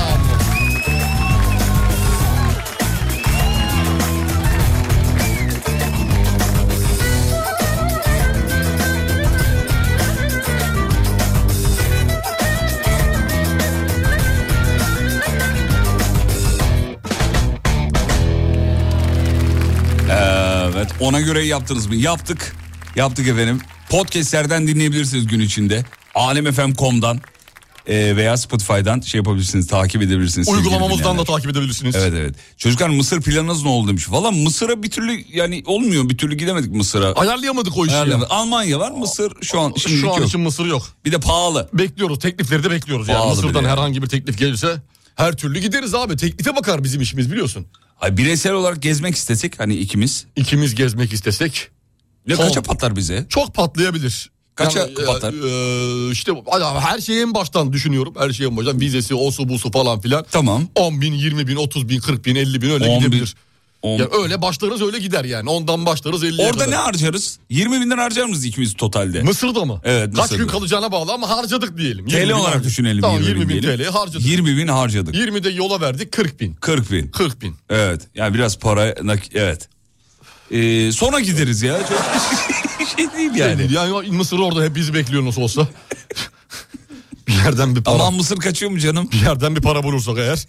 Speaker 2: Evet ona göre yaptınız mı? Yaptık. Yaptık efendim. Podcastlerden dinleyebilirsiniz gün içinde. Alemfm.com'dan e, veya Spotify'dan şey yapabilirsiniz, takip edebilirsiniz. sevgili
Speaker 3: Uygulamamızdan da
Speaker 2: dinleyenler.
Speaker 3: takip edebilirsiniz.
Speaker 2: Evet evet. Çocuklar Mısır planınız ne oldu demiş. Valla Mısır'a bir türlü yani olmuyor. Bir türlü gidemedik Mısır'a.
Speaker 3: Ayarlayamadık o işi. ya.
Speaker 2: Ayarlayamadık. Almanya var Mısır şu an şimdilik
Speaker 3: Şu an
Speaker 2: yok.
Speaker 3: için Mısır yok.
Speaker 2: Bir de pahalı.
Speaker 3: Bekliyoruz. Teklifleri de bekliyoruz. Yani
Speaker 2: Pahalı
Speaker 3: Mısır'dan
Speaker 2: bile.
Speaker 3: herhangi bir teklif gelirse her türlü gideriz abi. Teklife bakar bizim işimiz biliyorsun.
Speaker 2: Ay, bireysel olarak gezmek istesek hani ikimiz.
Speaker 3: İkimiz gezmek istesek
Speaker 2: Ne
Speaker 3: Tamam.
Speaker 2: kaça patlar bize?
Speaker 3: çok patlayabilir.
Speaker 2: Kaça
Speaker 3: e,
Speaker 2: patlar?
Speaker 3: e, işte hala her şeyi en baştan düşünüyorum. Her şeyi en baştan. Vizesi, osu, busu falan filan.
Speaker 2: Tamam.
Speaker 3: 10 bin, 20 bin, 30 bin, 40 bin, 50 bin öyle
Speaker 2: 10 bin.
Speaker 3: gidebilir.
Speaker 2: On-
Speaker 3: Ya öyle başlarız öyle gider yani. Ondan başlarız 50'ye
Speaker 2: Orada
Speaker 3: kadar.
Speaker 2: ne harcarız? 20 binden harcar mıyız ikimiz totalde?
Speaker 3: Mısır'da mı?
Speaker 2: Evet,
Speaker 3: Kaç
Speaker 2: Mısır'da.
Speaker 3: gün kalacağına bağlı ama harcadık diyelim. 20
Speaker 2: TL
Speaker 3: bin
Speaker 2: olarak
Speaker 3: harcadık.
Speaker 2: düşünelim.
Speaker 3: Tamam
Speaker 2: 20
Speaker 3: 20 bin,
Speaker 2: diyelim.
Speaker 3: TL harcadık.
Speaker 2: 20 bin harcadık.
Speaker 3: 20 de yola verdik 40 bin.
Speaker 2: 40 bin.
Speaker 3: 40 bin.
Speaker 2: Evet. Yani biraz para nak- evet. Ee, sonra gideriz ya. Çok
Speaker 3: [laughs]
Speaker 11: ah.
Speaker 2: şey değil yani.
Speaker 3: Yani, yani Mısır orada hep bizi bekliyor nasıl
Speaker 2: [laughs]
Speaker 3: olsa. bir yerden bir para.
Speaker 2: Aman mısır kaçıyor mu canım?
Speaker 3: Bir yerden bir para bulursak eğer.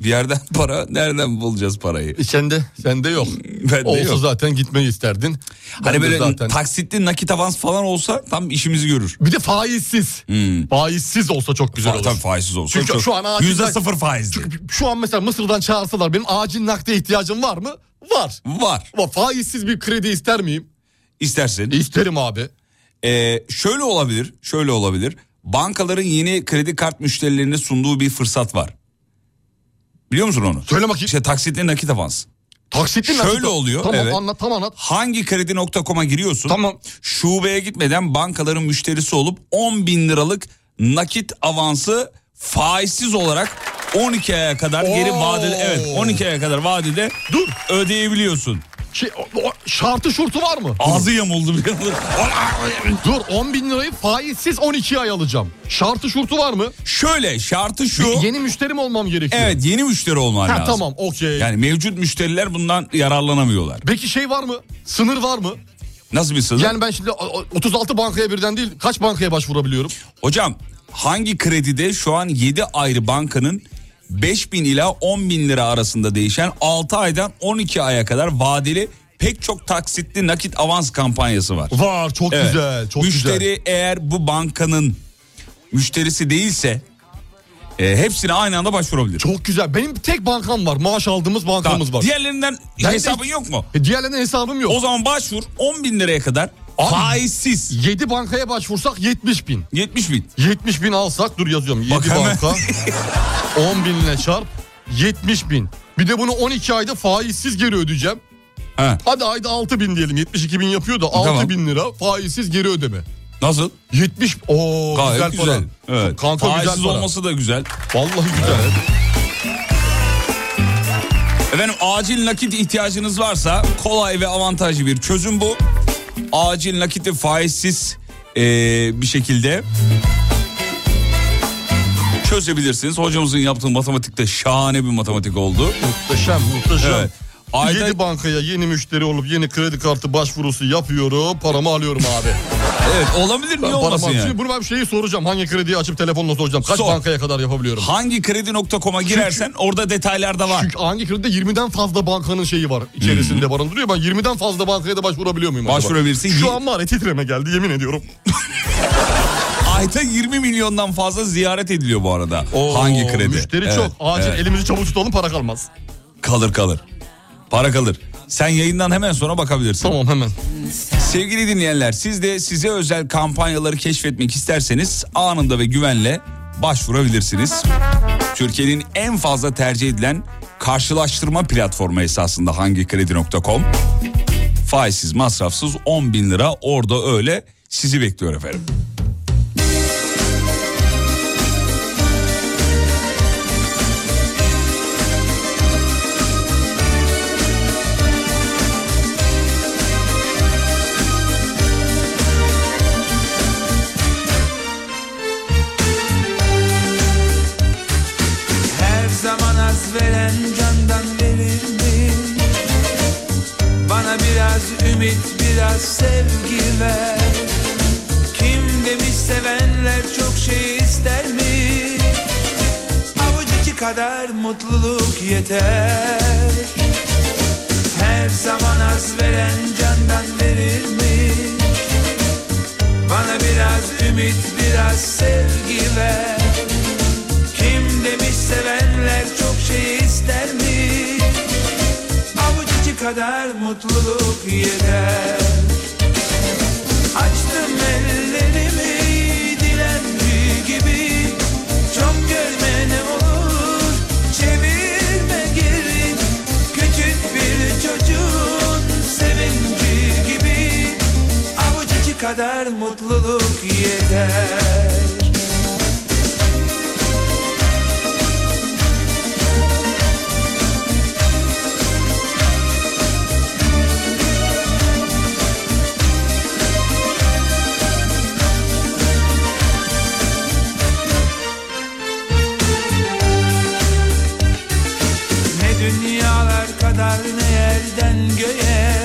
Speaker 2: Bir yerden [laughs] para nereden bulacağız parayı?
Speaker 3: E, Sende, sende yok.
Speaker 2: [laughs] Bende
Speaker 3: Olsa
Speaker 2: yok.
Speaker 3: zaten gitmeyi isterdin. Ben
Speaker 2: Hani
Speaker 3: de
Speaker 2: böyle
Speaker 3: zaten.
Speaker 2: taksitli nakit avans falan olsa tam işimizi görür. Hmm.
Speaker 3: bir de faizsiz. Faizsiz olsa çok güzel olur.
Speaker 2: Zaten faizsiz olsa.
Speaker 3: Çünkü
Speaker 2: çok-
Speaker 3: şu an acil-
Speaker 2: Yüzde sıfır faizli.
Speaker 3: Şu an mesela Mısır'dan çağırsalar benim acil nakde ihtiyacım var mı? Var.
Speaker 2: Var.
Speaker 3: Ama faizsiz bir kredi ister miyim?
Speaker 2: İstersen.
Speaker 3: E, İsterim abi.
Speaker 2: Ee, şöyle olabilir, şöyle olabilir. Bankaların yeni kredi kart müşterilerine sunduğu bir fırsat var. Biliyor musun onu?
Speaker 3: Söyle bakayım.
Speaker 2: İşte taksitli nakit avans.
Speaker 3: Taksitli
Speaker 2: Şöyle
Speaker 3: nakit-
Speaker 2: oluyor,
Speaker 3: Tamam
Speaker 2: evet.
Speaker 3: anlat tam anlat.
Speaker 2: Hangi kredi.com'a giriyorsun?
Speaker 3: Tamam.
Speaker 2: Şubeye gitmeden bankaların müşterisi olup 10 bin liralık nakit avansı faizsiz olarak 12 aya kadar geri
Speaker 3: Oo.
Speaker 2: vadeli evet 12 aya kadar vadede
Speaker 3: Dur.
Speaker 2: ödeyebiliyorsun.
Speaker 3: Şey, o- o- şartı şurtu var mı?
Speaker 2: Ağzı yamuldu bir anda.
Speaker 3: Dur 10 bin lirayı faizsiz 12 ay alacağım. Şartı şurtu var mı?
Speaker 2: Şöyle şartı şu.
Speaker 3: Yeni müşterim olmam gerekiyor.
Speaker 2: Evet yeni müşteri olman
Speaker 3: Ha,
Speaker 2: lazım.
Speaker 3: tamam okey.
Speaker 2: Yani mevcut müşteriler bundan yararlanamıyorlar.
Speaker 3: Peki şey var mı? Sınır var mı?
Speaker 2: Nasıl bir sınır?
Speaker 3: Yani ben şimdi o- o- 36 bankaya birden değil kaç bankaya başvurabiliyorum?
Speaker 2: Hocam hangi kredide şu an 7 ayrı bankanın 5 bin ila 10 bin lira arasında değişen 6 aydan 12 aya kadar vadeli pek çok taksitli nakit avans kampanyası var.
Speaker 3: Var çok
Speaker 2: Evet.
Speaker 3: güzel çok
Speaker 2: Müşteri
Speaker 3: güzel.
Speaker 2: eğer bu bankanın müşterisi değilse e, hepsine aynı anda başvurabilir.
Speaker 3: Çok güzel. Benim tek bankam var. Maaş aldığımız bankamız
Speaker 2: Tamam.
Speaker 3: var.
Speaker 2: Diğerlerinden
Speaker 3: Ben de-
Speaker 2: hesabın yok mu?
Speaker 3: E, diğerlerine hesabım yok.
Speaker 2: O zaman başvur 10 bin liraya kadar
Speaker 3: Abi-
Speaker 2: faizsiz
Speaker 3: 7 bankaya başvursak 70 bin.
Speaker 2: 70 bin.
Speaker 3: 70 bin alsak dur yazıyorum 7
Speaker 2: Bak hemen. [laughs]
Speaker 3: banka 10 binle çarp 70 bin. Bir de bunu 12 ayda faizsiz geri ödeyeceğim.
Speaker 2: Ha,
Speaker 3: Hadi ayda 6 bin diyelim 72 bin yapıyor da 6
Speaker 2: E, Tamam.
Speaker 3: bin lira faizsiz geri ödeme.
Speaker 2: nasıl?
Speaker 3: 70 o
Speaker 2: Gayet
Speaker 3: güzel,
Speaker 2: güzel.
Speaker 3: para.
Speaker 2: Evet.
Speaker 3: Kanka
Speaker 2: Faizsiz
Speaker 3: güzel para.
Speaker 2: olması da güzel.
Speaker 3: Vallahi güzel.
Speaker 2: Efendim acil nakit ihtiyacınız varsa kolay ve avantajlı bir çözüm bu. Acil nakiti faizsiz eee, bir şekilde çözebilirsiniz. Hocamızın yaptığı matematik de şahane bir matematik oldu.
Speaker 3: Muhteşem muhteşem.
Speaker 2: Evet. Ayda
Speaker 3: 7 bankaya yeni müşteri olup yeni kredi kartı başvurusu yapıyorum. Paramı alıyorum abi.
Speaker 2: evet olabilir niye
Speaker 3: Ben
Speaker 2: olmasın
Speaker 3: paramı
Speaker 2: yani?
Speaker 3: Şimdi bunu ben bir şeyi soracağım. Hangi krediyi açıp telefonla soracağım. Kaç
Speaker 2: Sor.
Speaker 3: bankaya kadar yapabiliyorum?
Speaker 2: Hangi kredi.com'a girersen orada detaylar da var.
Speaker 3: Çünkü hangi kredide 20'den fazla bankanın şeyi var içerisinde barındırıyor. Ben 20'den fazla bankaya da başvurabiliyor muyum acaba?
Speaker 2: Hmm. Başvurabilirsin. Ye-
Speaker 3: Şu an var ya titreme geldi yemin ediyorum.
Speaker 2: Ayda 20 milyondan fazla ziyaret ediliyor bu arada. hangi kredi?
Speaker 3: Müşteri
Speaker 2: Evet,
Speaker 3: çok. Acil
Speaker 2: evet.
Speaker 3: elimizi çabuk tutalım para kalmaz.
Speaker 2: Kalır kalır. Para kalır. Sen yayından hemen sonra bakabilirsin.
Speaker 3: Tamam hemen.
Speaker 2: Sevgili dinleyenler siz de size özel kampanyaları keşfetmek isterseniz anında ve güvenle başvurabilirsiniz. Türkiye'nin en fazla tercih edilen karşılaştırma platformu esasında hangikredi.com. Faizsiz masrafsız 10 bin lira orada öyle sizi bekliyor efendim.
Speaker 6: Her zaman az veren candan verirdim Bana biraz ümit biraz sevgi ver Kim demiş sevenler çok şey istermiş Avucaki kadar mutluluk yeter Her zaman az veren candan verirmiş Bana biraz ümit biraz sevgi ver kim demiş sevenler çok şey ister mi? Avuç içi kadar mutluluk yeter Açtım ellerimi dilenci gibi Çok görme ne olur çevirme geri Küçük bir çocuğun sevinci gibi Avuç içi kadar mutluluk yeter Ne dünyalar kadar ne yerden göğe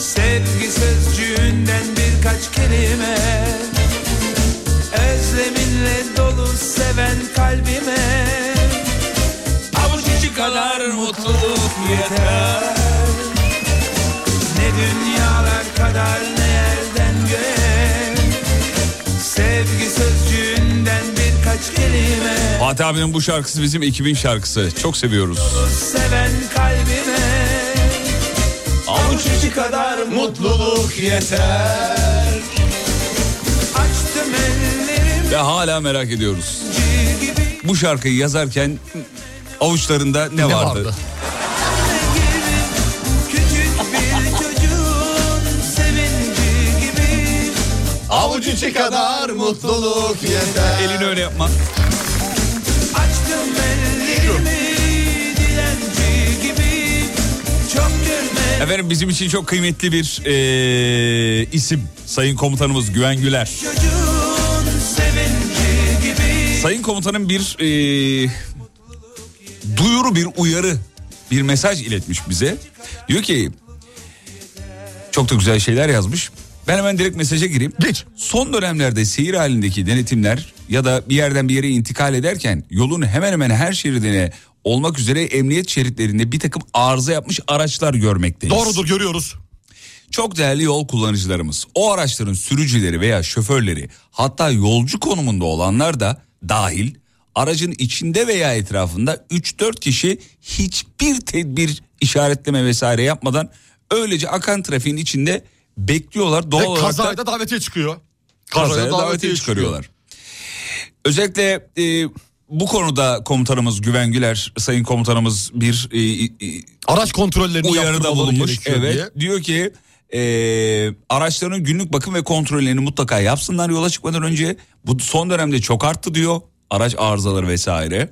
Speaker 6: Sevgi sözcüğünden birkaç kelime Özleminle dolu seven kalbime mutluluk yeter Ne dünyalar kadar ne yerden göğe Sevgi sözcüğünden birkaç kelime
Speaker 2: Fatih abinin bu şarkısı bizim 2000 şarkısı. Çok seviyoruz.
Speaker 6: Seven kalbime Avuç içi kadar mutluluk yeter Açtım ellerimi
Speaker 2: Ve hala merak ediyoruz. Bu şarkıyı yazarken avuçlarında ne, vardı?
Speaker 3: vardı?
Speaker 6: Küçük bir çocuğun sevinci gibi
Speaker 3: Avuç içi kadar mutluluk yeter.
Speaker 2: Elini öyle yapma.
Speaker 6: Açtım ellerimi dilenci gibi Çok görme
Speaker 2: Efendim bizim için çok kıymetli bir eee, isim. Sayın komutanımız Güven Güler.
Speaker 6: çocuğun sevinci gibi
Speaker 2: Sayın komutanın bir eee, duyuru bir uyarı bir mesaj iletmiş bize. Diyor ki çok da güzel şeyler yazmış. Ben hemen direkt mesaja gireyim.
Speaker 3: Geç.
Speaker 2: Son dönemlerde seyir halindeki denetimler ya da bir yerden bir yere intikal ederken yolun hemen hemen her şeridine olmak üzere emniyet şeritlerinde bir takım arıza yapmış araçlar görmekteyiz.
Speaker 3: Doğrudur görüyoruz.
Speaker 2: Çok değerli yol kullanıcılarımız, o araçların sürücüleri veya şoförleri hatta yolcu konumunda olanlar da dahil aracın içinde veya etrafında 3-4 kişi hiçbir tedbir işaretleme vesaire yapmadan öylece akan trafiğin içinde bekliyorlar. Doğal
Speaker 3: Ve
Speaker 2: olarak da-
Speaker 3: kazayda davetiye çıkıyor.
Speaker 2: kazaya davetiye çıkarıyorlar. Özellikle e, bu konuda komutanımız Güven Güler, sayın komutanımız bir e, e,
Speaker 3: Araç kontrollerini
Speaker 2: uyarıda
Speaker 3: yaptırmaları
Speaker 2: bulunmuş.
Speaker 3: gerekiyor
Speaker 2: Evet.
Speaker 3: diye.
Speaker 2: Diyor ki eee, araçların günlük bakım ve kontrollerini mutlaka yapsınlar yola çıkmadan önce. Bu son dönemde çok arttı diyor. Araç arızaları vesaire.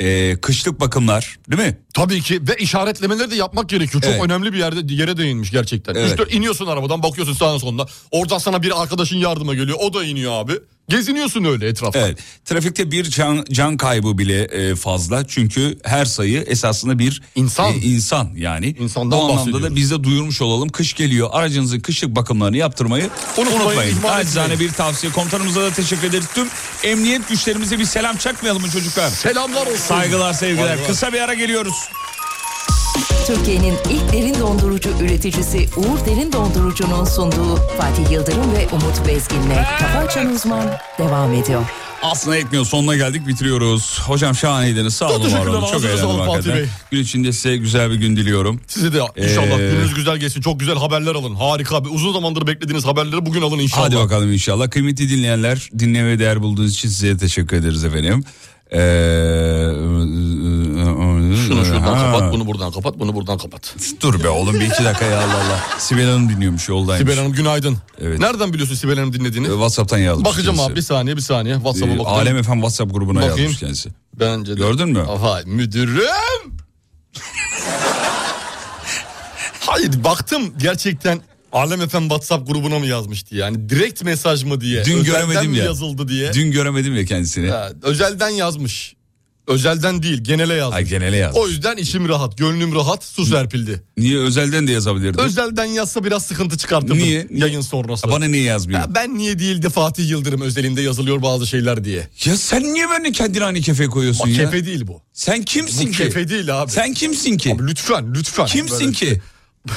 Speaker 2: Eee, kışlık bakımlar değil mi?
Speaker 3: Tabii ki ve işaretlemeleri de yapmak gerekiyor. Çok
Speaker 2: Evet.
Speaker 3: önemli bir yerde yere değinmiş gerçekten.
Speaker 2: Evet.
Speaker 3: Üç dört iniyorsun arabadan bakıyorsun sağına sonuna. Oradan sana bir arkadaşın yardıma geliyor. O da iniyor abi. Geziniyorsun öyle etrafta.
Speaker 2: Evet. Trafikte bir can, can kaybı bile eee, fazla. Çünkü her sayı esasında bir
Speaker 3: İnsan.
Speaker 2: eee, insan yani.
Speaker 3: İnsandan
Speaker 2: Bu anlamda da
Speaker 3: bahsediyoruz.
Speaker 2: biz de duyurmuş olalım. Kış geliyor. Aracınızın kışlık bakımlarını yaptırmayı
Speaker 3: Unutmayın,
Speaker 2: unutmayın.
Speaker 3: ihmal
Speaker 2: Acizane
Speaker 3: etmeyin.
Speaker 2: bir tavsiye. Komutanımıza da teşekkür ederiz. Tüm emniyet güçlerimize bir selam çakmayalım mı çocuklar?
Speaker 3: Selamlar olsun.
Speaker 2: Saygılar sevgiler.
Speaker 3: Saygılar.
Speaker 2: Kısa bir ara geliyoruz.
Speaker 7: Türkiye'nin ilk derin dondurucu üreticisi Uğur Derin Dondurucu'nun sunduğu Fatih Yıldırım ve Umut Bezgin'le Kafa Açan Uzman devam ediyor.
Speaker 2: Aslında etmiyor sonuna geldik bitiriyoruz. Hocam şahaneydiniz sağ olun var
Speaker 3: teşekkürler,
Speaker 2: olun. Çok
Speaker 3: ağzınıza
Speaker 2: eğlendim
Speaker 3: sağlık Fatih
Speaker 2: hakikaten.
Speaker 3: Bey.
Speaker 2: Gün içinde size güzel bir gün diliyorum.
Speaker 3: Size de inşallah
Speaker 2: Ee,
Speaker 3: gününüz güzel geçsin. Çok güzel haberler alın. Harika abi. Uzun zamandır beklediğiniz haberleri bugün alın inşallah.
Speaker 2: Hadi bakalım inşallah. Kıymetli dinleyenler dinlemeye değer bulduğunuz için size teşekkür ederiz efendim. Ee,
Speaker 3: Şunu şuradan
Speaker 2: ha.
Speaker 3: kapat, bunu buradan kapat, bunu buradan kapat.
Speaker 2: Dur be oğlum bir iki dakika ya Allah Allah. Sibel Hanım dinliyormuş yoldaymış.
Speaker 3: Sibel Hanım günaydın.
Speaker 2: Evet.
Speaker 3: Nereden biliyorsun Sibel Hanım dinlediğini?
Speaker 2: Ee, Whatsapp'tan yazmış.
Speaker 3: Bakacağım
Speaker 2: kendisi.
Speaker 3: abi bir saniye bir saniye. WhatsApp'a
Speaker 2: Ee,
Speaker 3: bakacağım.
Speaker 2: Alem Efem Whatsapp grubuna
Speaker 3: Bakayım.
Speaker 2: yazmış kendisi.
Speaker 3: Bence de.
Speaker 2: Gördün mü?
Speaker 3: Aha, müdürüm. Hayır baktım gerçekten Alem Efem WhatsApp grubuna mı yazmıştı yani direkt mesaj mı diye.
Speaker 2: Dün
Speaker 3: Özelden
Speaker 2: göremedim
Speaker 3: mi
Speaker 2: ya.
Speaker 3: yazıldı diye.
Speaker 2: Dün göremedim ya kendisini.
Speaker 3: Ha, özelden yazmış. Özelden değil genele yazmış.
Speaker 2: Ay genele yazmış.
Speaker 3: O yüzden içim rahat, gönlüm rahat, su serpildi.
Speaker 2: Niye özelden de yazabilirdin?
Speaker 3: Özelden yazsa biraz sıkıntı çıkartırdım
Speaker 2: Niye?
Speaker 3: yayın sonrası.
Speaker 2: Ya Bana niye yazmıyor?
Speaker 3: Ya ben niye değil de Fatih Yıldırım özelinde yazılıyor bazı şeyler diye.
Speaker 2: Ya sen niye beni kendini aynı kefeye koyuyorsun
Speaker 3: Bak
Speaker 2: ya?
Speaker 3: kefe değil bu.
Speaker 2: Sen
Speaker 3: Bu
Speaker 2: kimsin ki?
Speaker 3: kefe değil abi.
Speaker 2: Sen kimsin ki?
Speaker 3: Abi lütfen lütfen.
Speaker 2: kimsin
Speaker 3: Böyle- şey.
Speaker 2: ki? [laughs]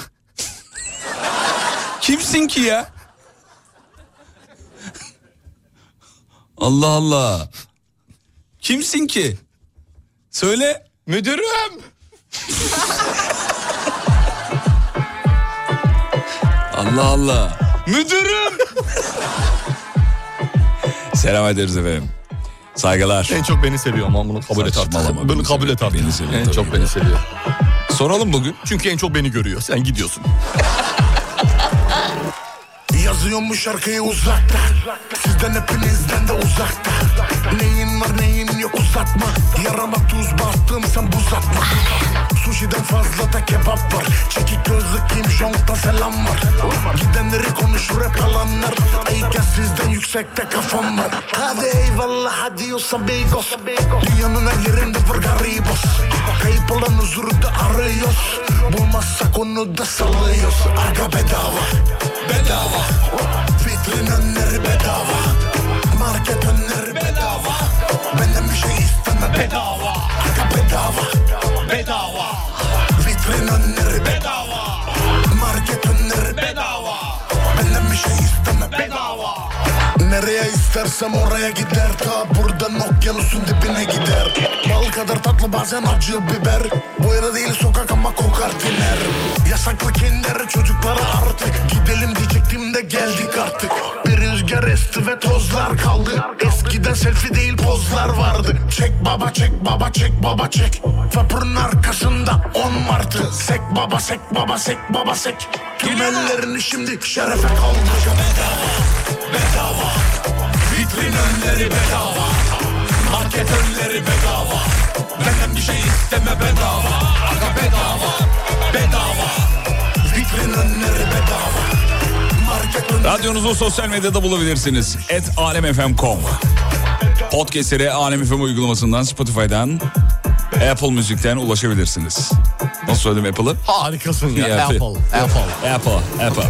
Speaker 2: kimsin ki ya? Allah Allah. Kimsin ki? Söyle.
Speaker 3: Müdürüm.
Speaker 2: [laughs] Allah Allah.
Speaker 3: Müdürüm.
Speaker 2: Selam ederiz efendim. Saygılar.
Speaker 3: En çok beni seviyor ama bunu kabul et artık.
Speaker 2: Saçmalama,
Speaker 3: Bunu
Speaker 2: beni
Speaker 3: kabul et
Speaker 2: seviyor,
Speaker 3: artık.
Speaker 2: beni seviyor,
Speaker 3: en
Speaker 2: tabii
Speaker 3: çok
Speaker 2: ki.
Speaker 3: beni seviyor.
Speaker 2: Soralım bugün.
Speaker 3: Çünkü en çok beni görüyor. Sen
Speaker 2: [laughs]
Speaker 3: gidiyorsun.
Speaker 12: Yazıyorum bu şarkıyı uzakta Sizden hepinizden de uzakta Neyin var neyin yok uzatma Yarama tuz bastım sen buz atma Sushi'den fazla da kebap var Çekik gözlü Kim Jong'da selam var Gidenleri konuşur hep alanlar Ayıken sizden yüksekte kafam var Hadi eyvallah hadi yosa beygos Dünyanın her yerinde var garibos Kayıp olan huzuru da arıyoruz Bulmazsak onu da salıyoruz Aga bedava bedava Vitrin önleri bedava Market önleri bedava Benden bir şey isteme bedava Aga bedava Bedava bedava Vitrin önleri bedava Market önleri bedava Benden bir şey isteme bedava Nereye istersem oraya gider Ta buradan okyanusun dibine gider Bal kadar tatlı bazen acı biber Bu yere değil sokak ama kokar tiner Yasaklı kinder çocuklara artık Gidelim diyecektim de geldik artık Bir rüzgar esti ve tozlar kaldı Eskiden selfie değil pozlar vardı Çek baba çek baba çek baba çek Vapurun arkasında 10 martı Sek baba sek baba sek baba sek Tüm ellerini şimdi şerefe kaldır bedava Vitrin önleri bedava Market önleri bedava Benden bir şey isteme bedava Aga bedava Bedava Vitrin önleri bedava
Speaker 2: Radyonuzu sosyal medyada bulabilirsiniz. Et alemfm.com Podcast'lere Alem FM uygulamasından, Spotify'dan, Apple Müzik'ten ulaşabilirsiniz. Nasıl söyledim Apple'ı?
Speaker 3: Harikasın ya. Apple.
Speaker 2: Apple. Apple. Apple.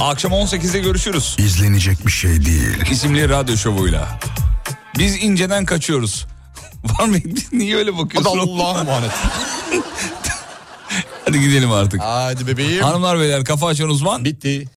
Speaker 2: Akşam 18'de görüşürüz. İzlenecek bir şey değil. İsimli radyo şovuyla. Biz inceden kaçıyoruz. [laughs] Var mı? Niye öyle bakıyorsun? Allah'a [laughs] emanet. Hadi gidelim artık. Hadi bebeğim. Hanımlar beyler kafa açan uzman. Bitti.